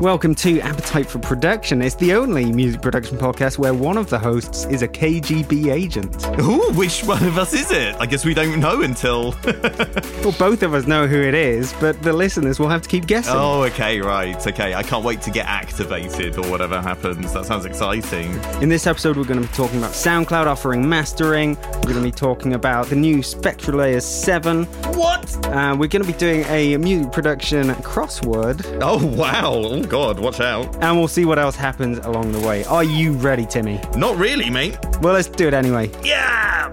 welcome to Appetite for Production. It's the only music production podcast where one of the hosts is a KGB agent. Ooh, which one of us is it? I guess we don't know until. Well, both of us know who it is, but the listeners will have to keep guessing. oh, okay, right. Okay, I can't wait to get activated or whatever happens. That sounds exciting. In this episode, we're going to be talking about SoundCloud offering mastering. We're going to be talking about the new Spectral Layers 7. What? Uh, we're going to be doing a music production crossword, Oh, wow. Oh, God, watch out. and we'll see what else happens along the way. Are you ready, Timmy? Not really, mate. Well, let's do it anyway. Yeah!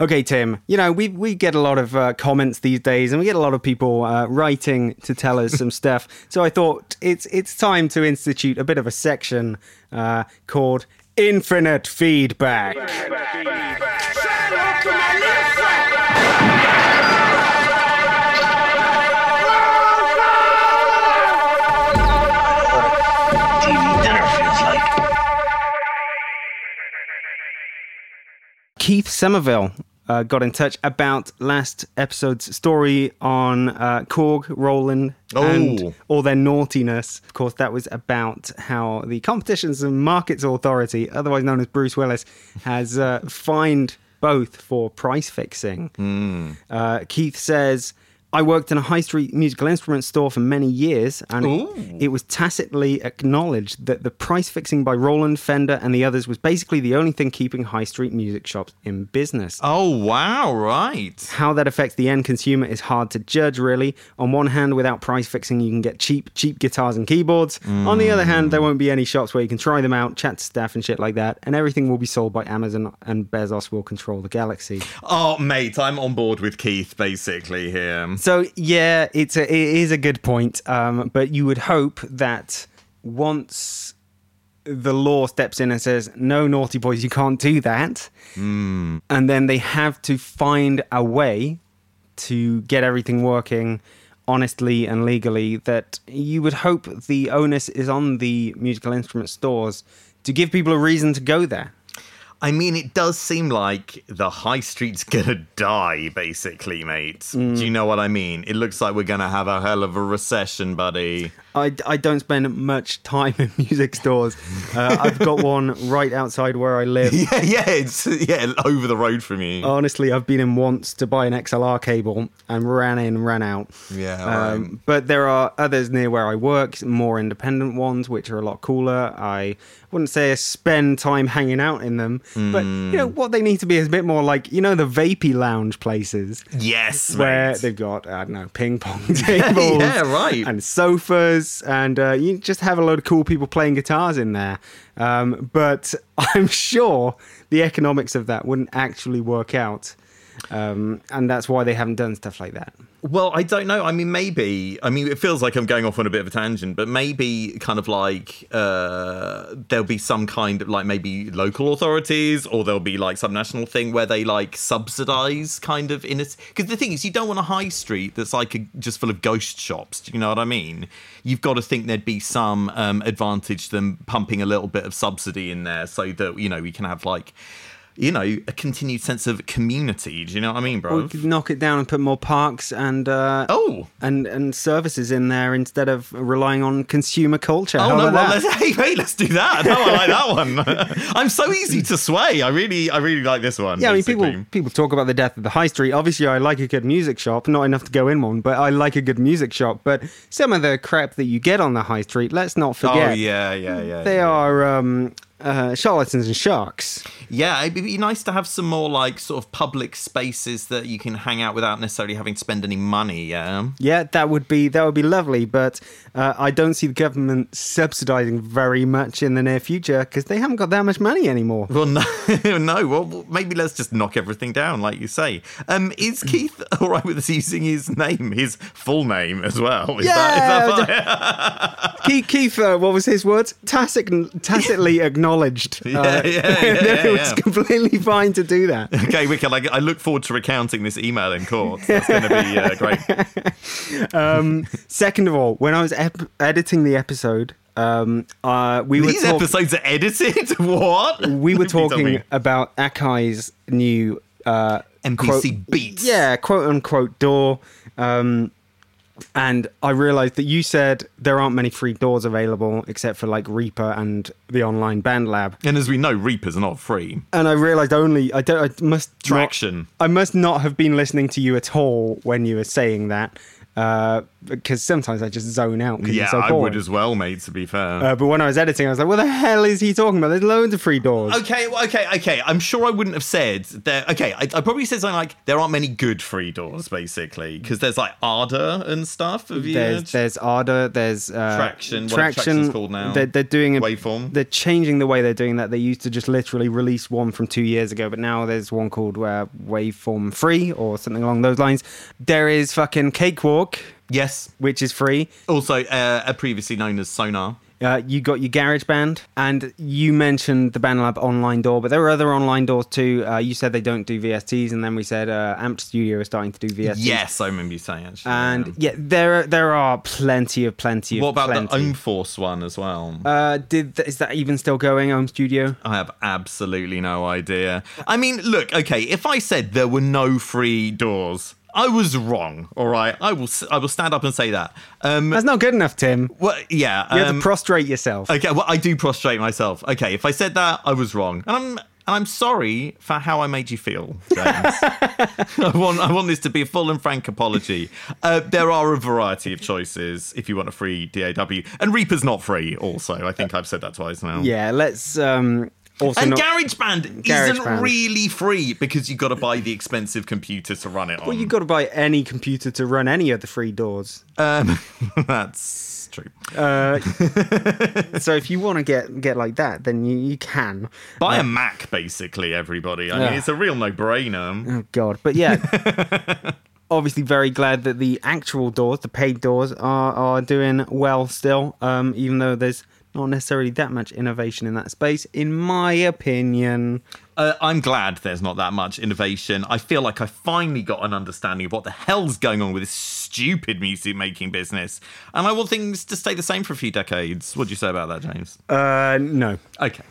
Okay, Tim. You know we we get a lot of uh, comments these days, and we get a lot of people uh, writing to tell us some stuff. So I thought it's it's time to institute a bit of a section uh, called infinite feedback. dinner feels like. Keith Somerville uh, got in touch about last episode's story on uh, Korg, Roland, Oh. and all their naughtiness. Of course, that was about how the Competitions and Markets Authority, otherwise known as Bruce Willis, has uh, fined both for price fixing. Uh, Keith says, I worked in a high street musical instrument store for many years, and it, it was tacitly acknowledged that the price fixing by Roland, Fender, and the others was basically the only thing keeping high street music shops in business. Oh, wow, right. How that affects the end consumer is hard to judge, really. On one hand, without price fixing, you can get cheap, cheap guitars and keyboards. On the other hand, there won't be any shops where you can try them out, chat to staff, and shit like that. And everything will be sold by Amazon, and Bezos will control the galaxy. Oh, mate, I'm on board with Keith, basically, here. So yeah, it's a, it is a good point. Um, but you would hope that once the law steps in and says, "No, naughty boys, you can't do that," and then they have to find a way to get everything working honestly and legally. That you would hope the onus is on the musical instrument stores to give people a reason to go there. I mean, it does seem like the high street's gonna die, basically, mate. Do you know what I mean? It looks like we're gonna have a hell of a recession, buddy. I, I don't spend much time in music stores. Uh, I've got one right outside where I live. Yeah, yeah, it's yeah over the road from you. Honestly, I've been in once to buy an XLR cable and ran in, ran out. Um, Yeah, right. But there are others near where I work, more independent ones, which are a lot cooler. I wouldn't say I spend time hanging out in them, but you Mm. know what they need to be is a bit more like you know the vapey lounge places yes, where mate. they've got I don't know ping pong tables, yeah, right. and sofas, and uh, you just have a load of cool people playing guitars in there. Um, but I'm sure the economics of that wouldn't actually work out, um, and that's why they haven't done stuff like that. Well, I don't know. I mean, maybe. I mean, it feels like I'm going off on a bit of a tangent, but maybe kind of like uh, there'll be some kind of like maybe local authorities or there'll be like some national thing where they like subsidize kind of in Because the thing is, you don't want a high street that's like a, just full of ghost shops. Do you know what I mean? You've got to think there'd be some um, advantage to them pumping a little bit of subsidy in there so that, you know, we can have like. You know, a continued sense of community. Do you know what I mean, Or bro? we could knock it down and put more parks and uh, Oh, and and services in there instead of relying on consumer culture. Oh How no! about Well, that? let's, hey, mate, let's do that. No, I like that one. I'm so easy to sway. I really, I really like this one. Yeah, I mean, basically. people people talk about the death of the high street. Obviously, I like a good music shop. Not enough to go in one, but I like a good music shop. But some of the crap that you get on the high street, let's not Oh forget, yeah, yeah, yeah. they yeah. are um, uh, charlatans and sharks. Yeah, it'd be nice to have some more like sort of public spaces that you can hang out without necessarily having to spend any money. Yeah. Yeah, that would be that would be lovely, but uh, I don't see the government subsidising very much in the near future because they haven't got that much money anymore. Well, no, no. Well, maybe let's just knock everything down, like you say. Um, is Keith all right with us using his name, his full name as well? Is that, is that fine? Keith, Keith uh, what was his word? Tacit, tacitly acknowledged. Yeah, yeah, yeah, that yeah, it was yeah. completely fine to do that. okay, wicked. I, I look forward to recounting this email in court. That's going to be uh, great. Second of all, when I was ep- editing the episode, Um, uh, we were These talk- episodes are edited. what? we were Please tell talking me. about Akai's new uh, NPC beats. yeah, quote unquote door. Um, and I realized that you said there aren't many free doors available except for like Reaper and the online band lab. And as we know, Reapers are not free. And I realized only I don't I must not- Traction. I must not have been listening to you at all when you were saying that. Uh, because sometimes I just zone out. 'cause Yeah, it's so I would boring. as well, mate. To be fair. Uh, but when I was editing, I was like, "What the hell is he talking about? There's loads of free doors." Okay, well, okay, okay. I'm sure I wouldn't have said there. Okay, I, I probably said something like there aren't many good free doors, basically, because there's like Arda and stuff. Have you There's there's Arda, there's uh, Traction, whatever Traction's called now. They're, they're doing a, Waveform. They're changing the way they're doing that. They used to just literally release one from two years ago, but now there's one called uh, Waveform Free or something along those lines. There is fucking Cakewalk, yes. which is free. Also, uh, uh, previously known as Sonar. Uh, you got your garage band, and you mentioned the BandLab online door, but there are other online doors too. Uh, you said they don't do VSTs, and then we said uh, Amp Studio is starting to do VSTs. Yes, I remember you saying actually. And yeah. yeah, there are, there are plenty of plenty of what about the plenty. Ohm Force one as well? Uh, did th- is that even still going? Home Studio. I have absolutely no idea. I mean, look, okay, if I said there were no free doors, I was wrong. All right, I will. s- I will stand up and say that. Um, That's not good enough, Tim. well, yeah. You have um, to prostrate yourself. Okay, well, I do prostrate myself. Okay, if I said that, I was wrong, and I'm and I'm sorry for how I made you feel, James. I want I want this to be a full and frank apology. Uh, there are a variety of choices if you want a free DAW, and Reaper's not free. Also, I think I've said that twice now. yeah, let's um, also And not. GarageBand isn't GarageBand. really free because you've got to buy the expensive computer to run it on. well, you've got to buy any computer to run any of the free doors. um, that's true. Uh, so if you want to get get like that, then you, you can. Uh, Buy a Mac, basically, everybody. I mean, Yeah. it's a real no-brainer. Oh God, but yeah. Obviously, very glad that the actual doors, the paid doors, are are doing well still. Um, even though there's not necessarily that much innovation in that space, in my opinion. Uh, I'm glad there's not that much innovation. I feel like I finally got an understanding of what the hell's going on with this stupid music making business. And I want things to stay the same for a few decades. What do you say about that, James? Uh, no, Okay.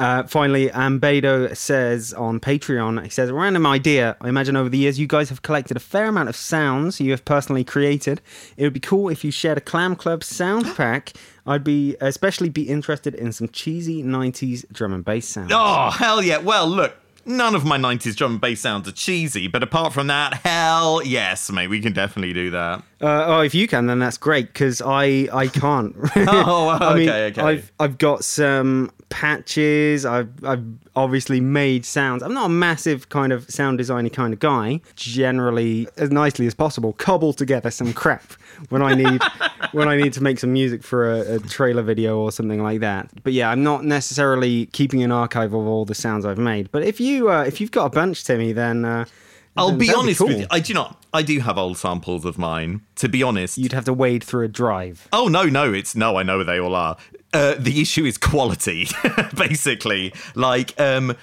Uh, finally, Ambedo says on Patreon, he says, random idea. I imagine over the years you guys have collected a fair amount of sounds you have personally created. It would be cool if you shared a Clam Club sound pack. I'd be especially be interested in some cheesy 90s drum and bass sounds. Oh, hell yeah. Well, look, none of my 90s drum and bass sounds are cheesy, but apart from that, hell yes, mate, we can definitely do that. Uh, oh, if you can, then that's great because I I can't. oh, wow, I mean, okay, okay. I've I've got some patches. I've I've obviously made sounds. I'm not a massive kind of sound designy kind of guy. Generally, as nicely as possible, cobble together some crap when I need when I need to make some music for a, a trailer video or something like that. But yeah, I'm not necessarily keeping an archive of all the sounds I've made. But if you uh, if you've got a bunch, Timmy, then uh, I'll then be that'd honest cool. with you. I do not. I do have old samples of mine. To be honest, You'd have to wade through a drive. Oh no, no, it's no. I know where they all are. Uh, the issue is quality, basically. Like, um,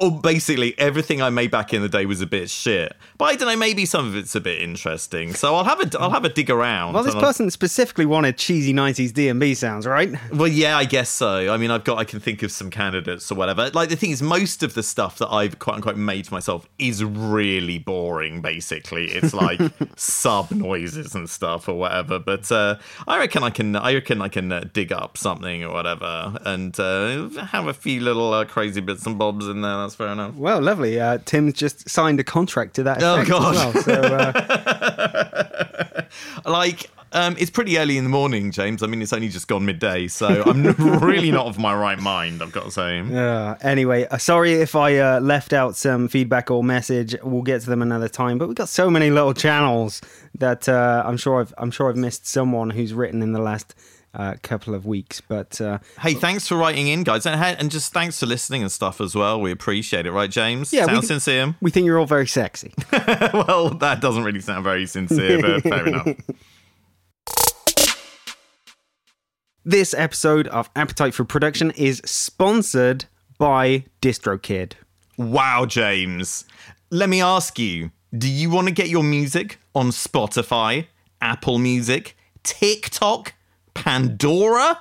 or basically everything I made back in the day was a bit shit. But I don't know. Maybe some of it's a bit interesting. So I'll have a I'll have a dig around. Well, this and I'll- person specifically wanted cheesy 90s D&B sounds, right? well, yeah, I guess so. I mean, I've got I can think of some candidates or whatever. Like the thing is, most of the stuff that I've quote unquote made myself is really boring. Basically, it's like sub noises and stuff or whatever. But uh, I reckon I can I reckon I can uh, dig up something or whatever and uh, have a few little uh, crazy bits and bobs in there. That's fair enough. Well, lovely. Uh, Tim's just signed a contract to that Oh, effect God. as well. So, uh, Like. Um, it's pretty early in the morning, James. I mean, it's only just gone midday, so I'm really not of my right mind. I've got to say. uh, anyway, uh, sorry if I uh, left out some feedback or message. We'll get to them another time. But we've got so many little channels that uh, I'm sure I've I'm sure I've missed someone who's written in the last uh, couple of weeks. But uh, Hey, thanks for writing in, guys, and, and just thanks for listening and stuff as well. We appreciate it, right, James? Yeah, we sound d- sincere. we think you're all very sexy. well, that doesn't really sound very sincere, but fair enough. this episode of Appetite for Production is sponsored by DistroKid. Wow, James. Let me ask you: Do you want to get your music on Spotify, Apple Music, TikTok, Pandora,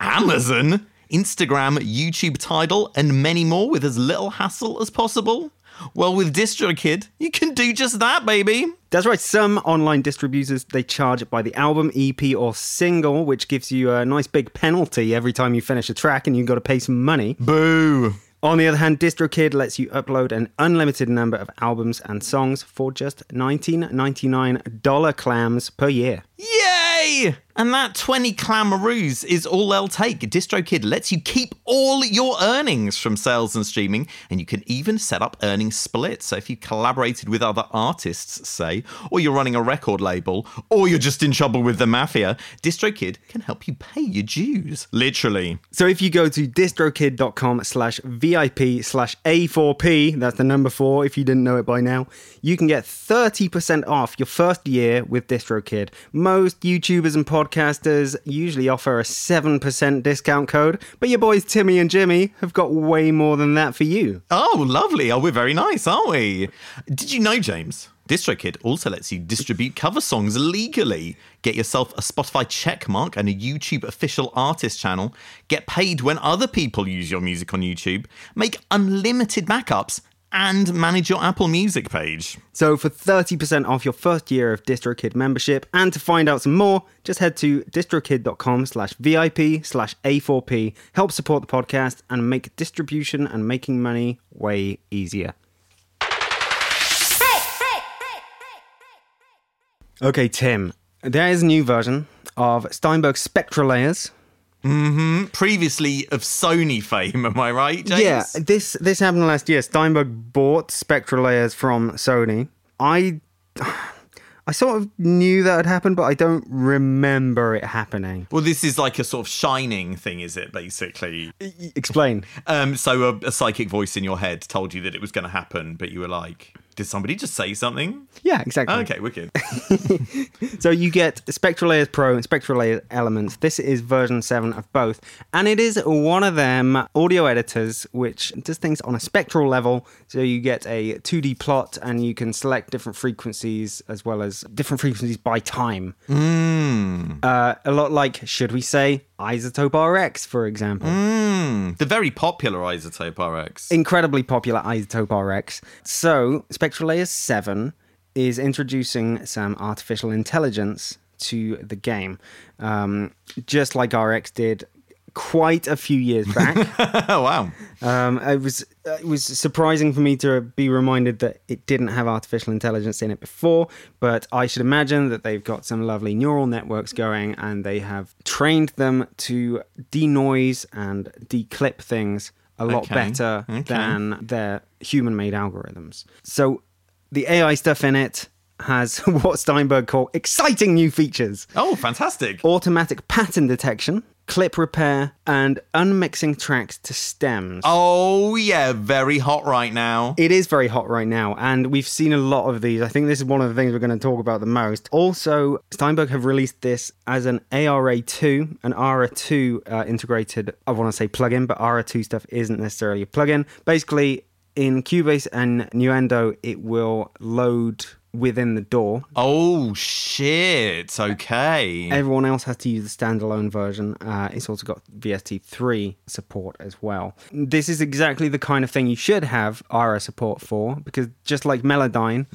Amazon, Instagram, YouTube Tidal, and many more with as little hassle as possible? Well, with DistroKid, you can do just that, baby. That's right. Some online distributors they charge by the album, EP, or single, which gives you a nice big penalty every time you finish a track, and you've got to pay some money. Boo. On the other hand, DistroKid lets you upload an unlimited number of albums and songs for just $19.99 dollar clams per year. Yay! And that 20 clamaroos is all they'll take. DistroKid lets you keep all your earnings from sales and streaming, and you can even set up earnings splits. So if you collaborated with other artists, say, or you're running a record label, or you're just in trouble with the mafia, DistroKid can help you pay your dues. Literally. So if you go to distrokid.com slash VIP slash A4P, that's the number four if you didn't know it by now, you can get 30% off your first year with DistroKid. Most YouTubers and podcasters usually offer a 7% discount code, but your boys Timmy and Jimmy have got way more than that for you. Oh, lovely. Oh, we're very nice, aren't we? Did you know, James? DistroKid also lets you distribute cover songs legally. Get yourself a Spotify checkmark and a YouTube official artist channel. Get paid when other people use your music on YouTube. Make unlimited backups and manage your Apple Music page. So for 30% off your first year of DistroKid membership, and to find out some more, just head to distrokid.com slash VIP slash A4P. Help support the podcast and make distribution and making money way easier. Okay, Tim, there is a new version of Steinberg's Spectral Layers. Previously of Sony fame, am I right, James? Yeah, this this happened last year. Steinberg bought Spectral Layers from Sony. I I sort of knew that had happened, but I don't remember it happening. Well, this is like a sort of shining thing, is it, basically? Explain. Um, so a, a psychic voice in your head told you that it was going to happen, but you were like, did somebody just say something? Yeah, exactly. Okay, wicked. So you get Spectral Layers Pro and Spectral Layers Elements. This is version 7 of both. And it is one of them audio editors which does things on a spectral level. So you get a 2D plot and you can select different frequencies as well as different frequencies by time. Uh, a lot like, should we say, Isotope RX, for example. the very popular Isotope RX. incredibly popular Isotope RX. So, Spectral Layers 7 is introducing some artificial intelligence to the game, um, just like RX did quite a few years back. oh, wow. Um, it was it was surprising for me to be reminded that it didn't have artificial intelligence in it before, but I should imagine that they've got some lovely neural networks going and they have trained them to denoise and declip things a lot Okay. better Okay. than their human-made algorithms. So the AI stuff in it has what Steinberg called exciting new features Oh, fantastic. automatic pattern detection, clip repair, and unmixing tracks to stems. Oh, yeah, very hot right now. It is very hot right now, and we've seen a lot of these. I think this is one of the things we're going to talk about the most. Also, Steinberg have released this as an ARA2, an ARA2 uh, integrated, I want to say plugin, but ARA2 stuff isn't necessarily a plugin. Basically, in Cubase and Nuendo, it will load within the door Oh, shit. Okay. Everyone else has to use the standalone version. Uh, it's also got VST3 support as well. This is exactly the kind of thing you should have RA support for because just like Melodyne,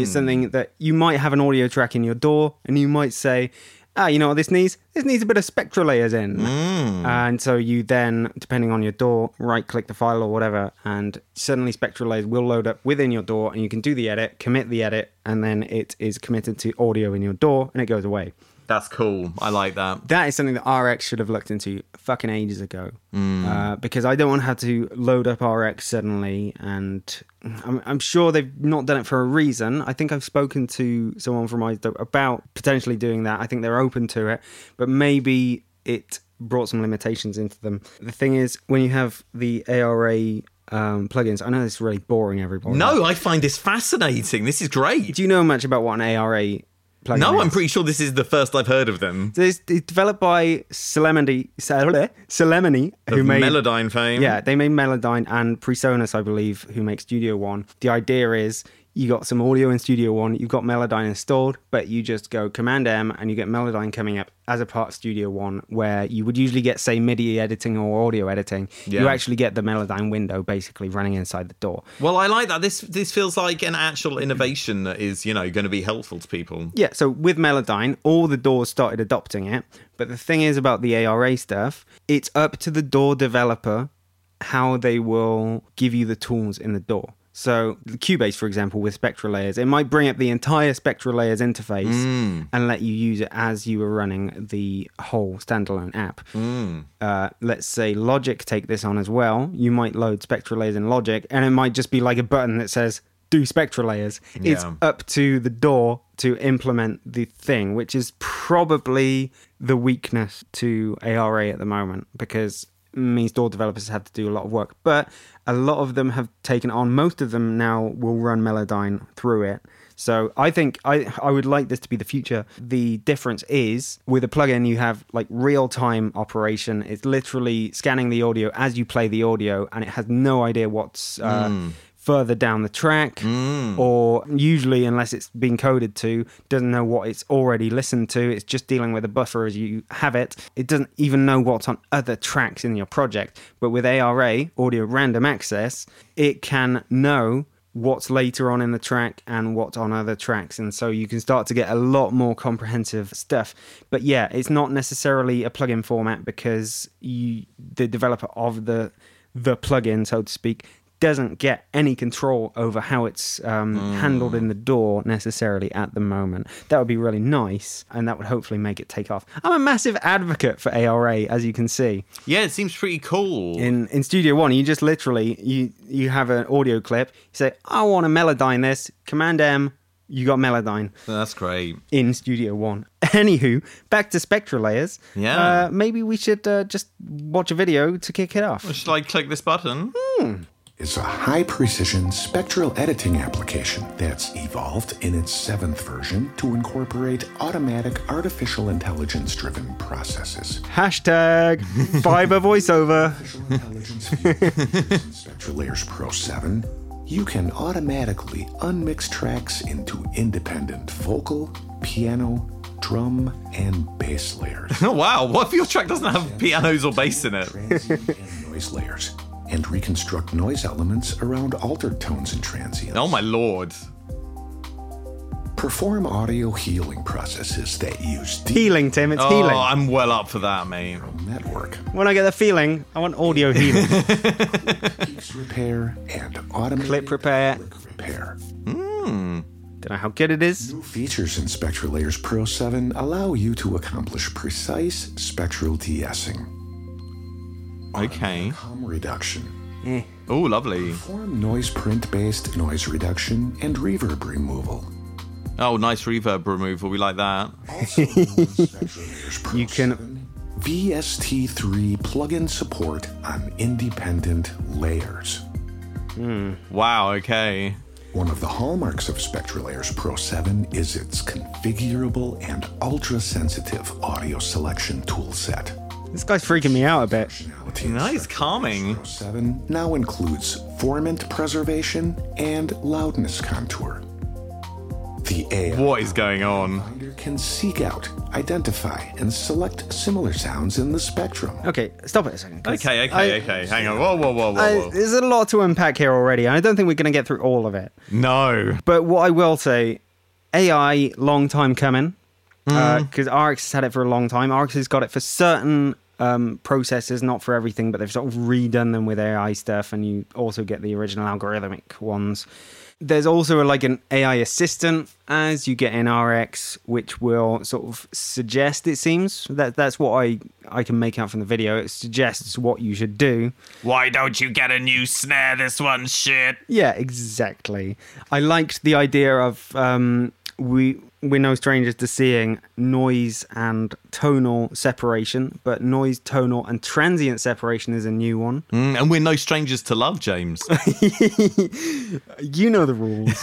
it's something that you might have an audio track in your door and you might say, ah, you know what this needs? This needs a bit of spectral layers in. And so you then, depending on your door, right click the file or whatever, and suddenly spectral layers will load up within your door and you can do the edit, commit the edit, and then it is committed to audio in your door and it goes away That's cool. I like that. that is something that RX should have looked into fucking ages ago. Mm. Uh, because I don't want to have to load up RX suddenly. And I'm, I'm sure they've not done it for a reason. I think I've spoken to someone from iZope about potentially doing that. I think they're open to it, but maybe it brought some limitations into them. The thing is, when you have the ARA um, plugins, I know this is really boring everybody. No, I find this fascinating. This is great. Do you know much about what an ARA plugin No, is? I'm pretty sure this is the first I've heard of them. So it's, it's developed by Solemnity, Solemnity who Of made Melodyne fame. yeah, they made Melodyne and Presonus, I believe, who make Studio One. The idea is You got some audio in Studio One. You've got Melodyne installed, but you just go Command M and you get Melodyne coming up as a part of Studio One, where you would usually get say MIDI editing or audio editing. You Yeah. actually get the Melodyne window basically running inside the door. Well, I like that. This this feels like an actual innovation that is, you know, going to be helpful to people. Yeah, so with Melodyne, all the doors started adopting it. But the thing is about the ARA stuff, it's up to the door developer how they will give you the tools in the door. So Cubase, for example, with spectral layers, it might bring up the entire spectral layers interface and let you use it as you were running the whole standalone app. Uh, let's say Logic take this on as well. You might load spectral layers in Logic, and it might just be like a button that says "Do spectral layers." It's Yeah. up to the door to implement the thing, which is probably the weakness to ARA at the moment because it means door developers have to do a lot of work. But a lot of them have taken on, most of them now will run Melodyne through it. So I think I, I would like this to be the future. The difference is with a plugin you have like real time operation. It's literally scanning the audio as you play the audio, and it has no idea what's uh, further down the track or usually unless it's been coded to doesn't know what it's already listened to it's just dealing with a buffer as you have it it doesn't even know what's on other tracks in your project but with ARA audio random access it can know what's later on in the track and what's on other tracks and so you can start to get a lot more comprehensive stuff but yeah it's not necessarily a plugin format because you the developer of the the plugin so to speak doesn't get any control over how it's um, Mm. handled in the door necessarily at the moment. That would be really nice, and that would hopefully make it take off. I'm a massive advocate for ARA, as you can see. Yeah, it seems pretty cool. In in Studio One, you just literally you you have an audio clip. You say, "I want to Melodyne this." Command M, you got Melodyne That's great. in Studio One. Anywho, back to Spectral Layers. Yeah. uh, maybe we should uh, just watch a video to kick it off. Should I click this button? It's a high precision spectral editing application that's evolved in its seventh version to incorporate automatic artificial intelligence driven processes. Hashtag Fiverr voiceover. Artificial intelligence field in spectral layers Pro 7. You can automatically unmix tracks into independent vocal, piano, drum, and bass layers. Oh, wow. What if your track doesn't have pianos or bass in it? transient and noise layers and reconstruct noise elements around altered tones and transients. Oh, my lord. Perform audio healing processes that use deep Healing, Tim. It's Oh, healing. I'm well up for that, mate. network When I get the feeling, I want audio healing. fix repair and automated Clip repair. click repair. Don't know how good it is. New features in Spectral Layers Pro 7 allow you to accomplish precise spectral de-essing, Okay. harm reduction, Eh. Oh, lovely. form noise print-based noise reduction and reverb removal. Oh, nice reverb removal. We like that. Also known as Spectral Layers Pro You can- 7, VST3 plugin support on independent layers. Wow, okay. One of the hallmarks of Spectral Layers Pro 7 is its configurable and ultra sensitive audio selection toolset. This guy's freaking me out a bit. Functionality in Nice calming. Pro 7 now includes formant preservation and loudness contour. The AI What is going on? finder can seek out, identify, and select similar sounds in the spectrum. Okay, stop it a second. 'cause Okay, I- okay, Oh, okay. Hang on. Whoa, whoa, whoa, I- whoa, whoa. there's a lot to unpack here already, and I don't think we're going to get through all of it. No. But what I will say, AI, long time coming, because RX has had it for a long time. RX has got it for certain um, processes, not for everything, but they've sort of redone them with AI stuff, and you also get the original algorithmic ones. There's also like an AI assistant as you get in RX, which will sort of suggest. It seems that that's what I I can make out from the video. It suggests what you should do. Why don't you get a new snare? This one shit. Yeah, exactly. I liked the idea of um, we we're no strangers to seeing noise and tonal separation, but noise, tonal, and transient separation is a new one. Mm, and we're no strangers to love, James. You know the rules.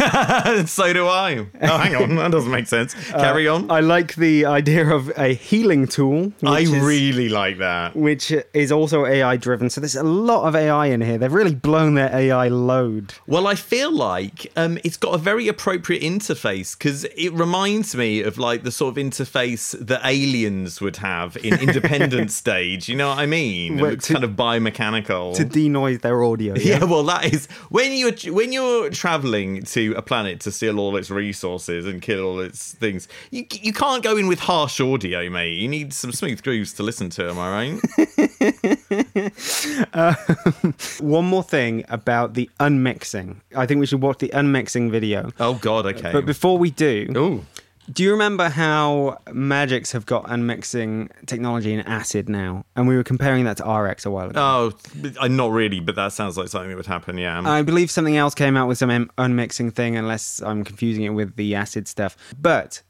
so do I. Oh, hang on. That doesn't make sense. Carry on. Uh, I like the idea of a healing tool. I which is- really like that. Which is also AI driven. So there's a lot of AI in here. They've really blown their AI load. Well, I feel like um, it's got a very appropriate interface because it reminds me of like the sort of interface that aliens would have in Independence Stage. You know what I mean? Well, it's to- kind of biomechanical. To denoise their audio. yeah, well, that is when you're when you're traveling to a planet to steal all its resources and kill all its things. You you can't go in with harsh audio, mate. You need some smooth grooves to listen to. Am I right? One more thing about the unmixing. I think we should watch the unmixing video. oh God, okay. But before we do, Ooh. do you remember how Magics have got unmixing technology in acid now? And we were comparing that to RX a while ago. Oh, th- uh, not really, but that sounds like something that would happen. Yeah. I believe something else came out with some um, unmixing thing, unless I'm confusing it with the acid stuff. But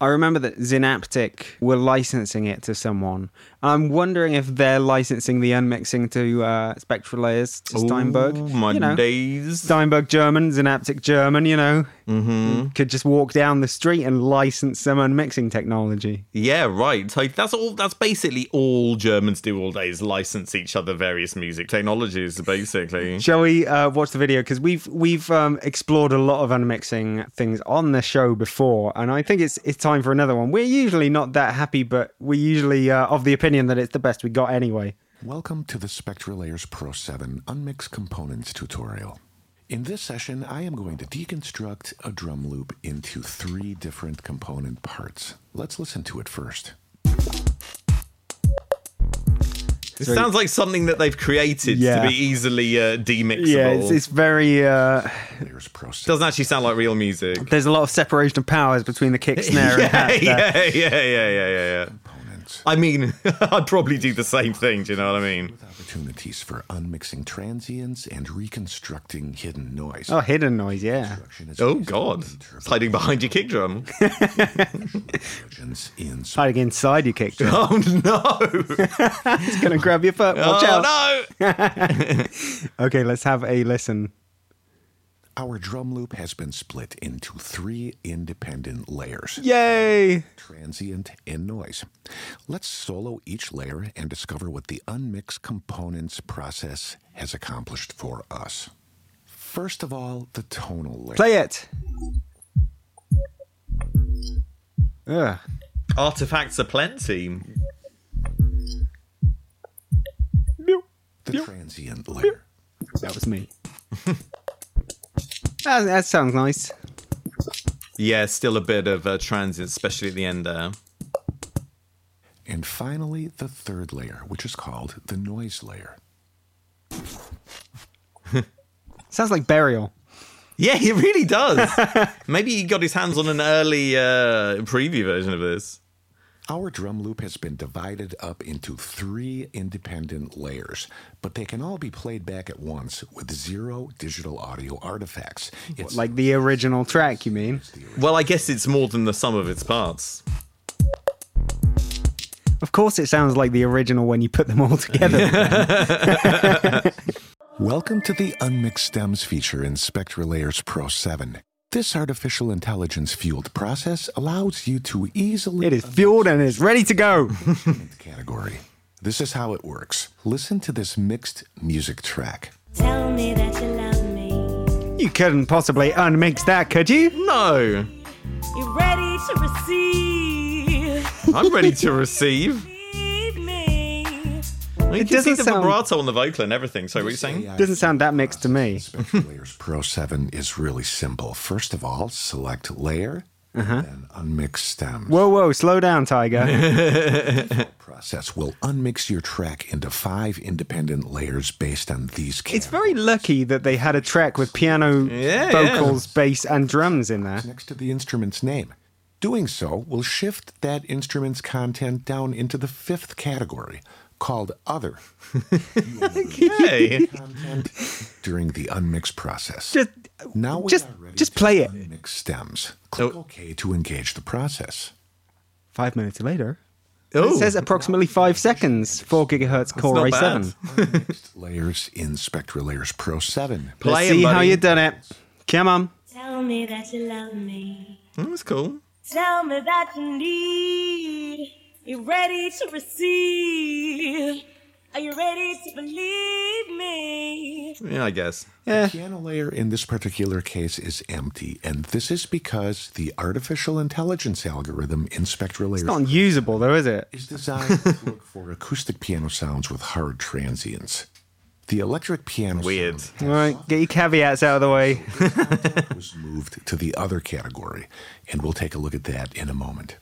I remember that Synaptic were licensing it to someone. I'm wondering if they're licensing the unmixing to uh, Spectral Layers to Steinberg. Ooh, You my know, days. Steinberg German, Synaptic German, you know, Mm-hmm. could just walk down the street and license some unmixing technology. Yeah, right. So that's all. That's basically all Germans do all day is license each other various music technologies, basically. Shall we uh, watch the video? Because we've we've um, explored a lot of unmixing things on the show before, and I think it's it's time for another one. We're usually not that happy, but we're usually uh, of the opinion that it's the best we got anyway. Welcome to the Spectral Layers Pro 7 Unmixed Components tutorial. In this session, I am going to deconstruct a drum loop into three different component parts. Let's listen to it first. It sounds like something that they've created Yeah. to be easily uh, demixable. Yeah, it's, it's very. Uh, Layers Pro 7. doesn't actually sound like real music. there's a lot of separation of powers between the kick, snare, and yeah, hat. there. yeah, yeah, yeah, yeah, yeah, yeah. Components. I mean, I'd probably do the same thing. Do you know what I mean? Opportunities for unmixing transients and reconstructing hidden noise. Oh, hidden noise. Yeah. Construction is Ah. Oh based on God, it's hiding behind your kick drum. intelligence in Hiding inside your kick drum. Oh no! It's gonna grab your foot. Watch out. oh no! Okay, let's have a listen. Our drum loop has been split into three independent layers Yay! transient and noise. Let's solo each layer and discover what the unmixed components process has accomplished for us. First of all, the tonal layer. Play it. Ugh. Artifacts are plenty. the transient layer. That was me. that, that sounds nice. Yeah, still a bit of uh, transient, especially at the end there. And finally, the third layer, which is called the noise layer. Sounds like burial. Yeah, he really does. Maybe he got his hands on an early uh, preview version of this. Our drum loop has been divided up into three independent layers, but they can all be played back at once with zero digital audio artifacts. It's Like the original track, you mean? Well, I guess it's more than the sum of its parts. Of course, it sounds like the original when you put them all together. Welcome to the Unmixed Stems feature in Spectra Layers Pro 7. This artificial intelligence fueled process allows you to easily it is fueled and it's ready to go. the category. This is how it works. Listen to this mixed music track. Tell me that you love me. you couldn't possibly unmix that, could you? No, You're ready to receive I'm ready to receive. me. I mean, you can see doesn't the sound- vibrato on the vocal and everything. So what are you saying? Doesn't sound that mixed to me. Spectra Layers Pro 7 is really simple. First of all, select layer, Uh-huh. then unmix stems. Whoa, whoa, slow down, Tiger. process will unmix your track into five independent layers based on these it's categories. very lucky that they had a track with piano, Yeah, vocals, bass, and drums in there. next to the instrument's name. Doing so will shift that instrument's content down into the fifth category called Other Hey. content during the unmix process. Just, now we just- are ready just to play it. Unmix stems. Click Oh. OK to engage the process. five minutes later, Oh, it says approximately five seconds, 4 gigahertz Core not i7. Unmixed layers in Spectre Layers Pro 7. Let's Play 'em, see how buddy. Mm, you done it. Come on. Tell me that you love me. that was cool. Tell me that you need. You're ready to receive. Are you ready to believe me? Yeah, I guess. Yeah. Piano layer in this particular case is empty, and this is because the artificial intelligence algorithm in Spectre Layers It's not usable though, is it? is designed to look for acoustic piano sounds with hard transients. The electric piano Weird. sound All right, get your caveats out of the way. was moved to the other category, and we'll take a look at that in a moment.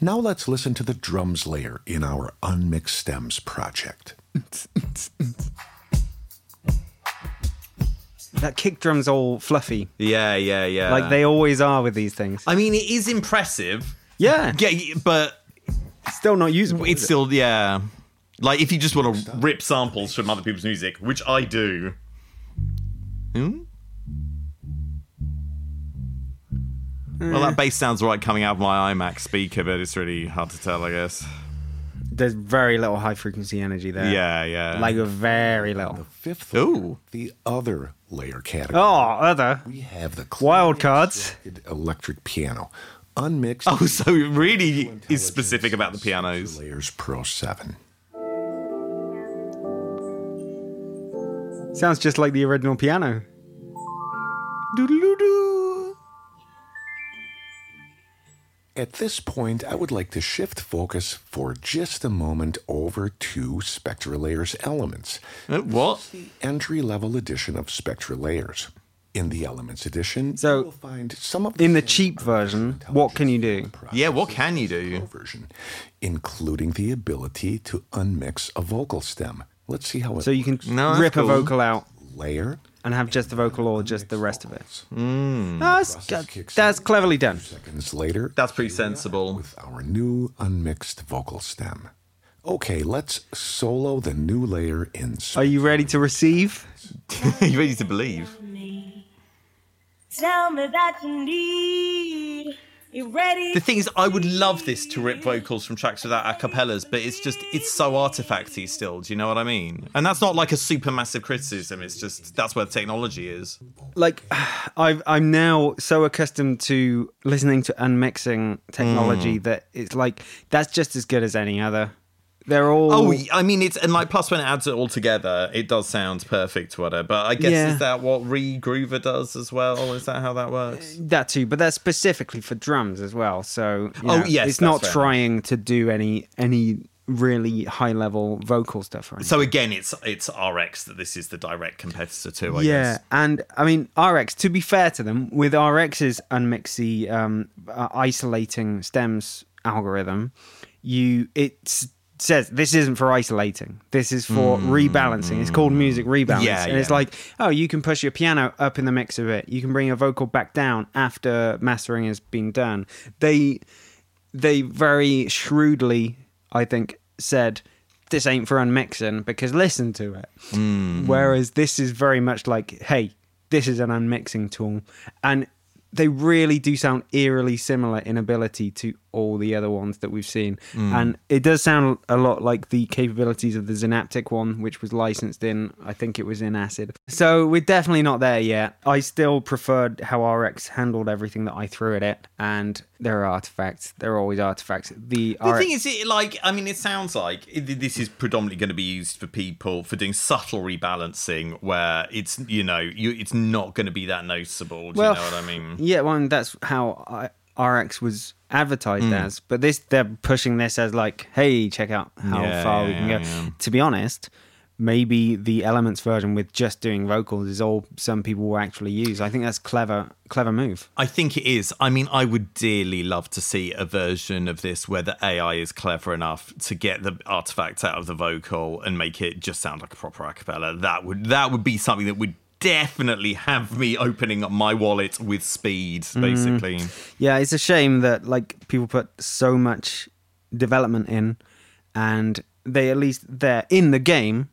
Now let's listen to the drums layer in our Unmixed Stems project. That kick drum's all fluffy, Yeah, yeah, yeah. like they always are with these things. I mean, it is impressive. Yeah, Yeah, y- but still not usable. it's is it? still yeah. Like if you just want to rip samples from other people's music, which I do. Hmm? Well, that bass sounds right coming out of my iMac speaker, but it's really hard to tell, I guess. There's very little high frequency energy there. Yeah, yeah. like very little. Fifth, Ooh. the other layer category. Oh, other We have the wild cards. clean electric piano, unmixed oh, so it really is specific about the pianos. layers Pro 7. Sounds just like the original piano. Doodle-doo. At this point, I would like to shift focus for just a moment over to Spectra Layers Elements, Uh, What? the entry level edition of Spectra Layers. In the Elements edition, So, you will find some of In the same cheap version, what can you do? Yeah, what can you do? version, including the ability to unmix a vocal stem. Let's see how it So you can No, that's rip a cool. vocal out layer and have just the vocal or just the rest of it. Hmm. Process That's, kicks that's cleverly done. seconds later That's pretty sensible. with our new unmixed vocal stem. Okay, let's solo the new layer in Oh, Are you ready to receive? you ready to believe? Me. Tell me that you need. You're ready The thing is, I would love this to rip vocals from tracks without acapellas, but it's just it's so artifacty still. Do you know what I mean? And that's not like a super massive criticism. It's just that's where the technology is. like I've, I'm now so accustomed to listening to unmixing technology Mm. that it's like that's just as good as any other. They're all Oh, I mean, it's and like plus when it adds it all together, it does sound perfect, whatever. But I guess Yeah. is that what Regroover does as well? Is that how that works? that too, but they're specifically for drums as well. So you Oh, know, yes, it's not that's fair. trying to do any any really high level vocal stuff. Right? So again, it's it's RX that this is the direct competitor to. I yeah, guess. and I mean RX. To be fair to them, with RX's unmixy um, uh, isolating stems algorithm, you it s- says this isn't for isolating. This is for Hmm. rebalancing. It's called music rebalance, Yeah, and it's yeah. like oh, you can push your piano up in the mix a bit. You can bring your vocal back down after mastering has been done. They they very shrewdly, I think, said this ain't for unmixing because listen to it. Mm. Whereas this is very much like, hey, this is an unmixing tool. And they really do sound eerily similar in ability to all the other ones that we've seen. Mm. And it does sound a lot like the capabilities of the Synaptic one, which was licensed in, I think it was in Acid. So we're definitely not there yet. I still preferred how RX handled everything that I threw at it. And there are artifacts. There are always artifacts. The, The RX thing is, it, like, I mean, it sounds like it, this is predominantly going to be used for people for doing subtle rebalancing, where it's you know, you it's not going to be that noticeable. Do you know what I mean? Yeah, well, and that's how I, RX was advertised Hmm. as. But this, they're pushing this as like, hey, check out how Yeah, far yeah, we can yeah, go. yeah. To be honest, maybe the Elements version with just doing vocals is all some people will actually use. I think that's clever, clever move. I think it is. I mean, I would dearly love to see a version of this where the AI is clever enough to get the artifact out of the vocal and make it just sound like a proper acapella. That would that would be something that would definitely have me opening up my wallet with speed, basically. Yeah, it's a shame that like people put so much development in, and they at least they're in the game.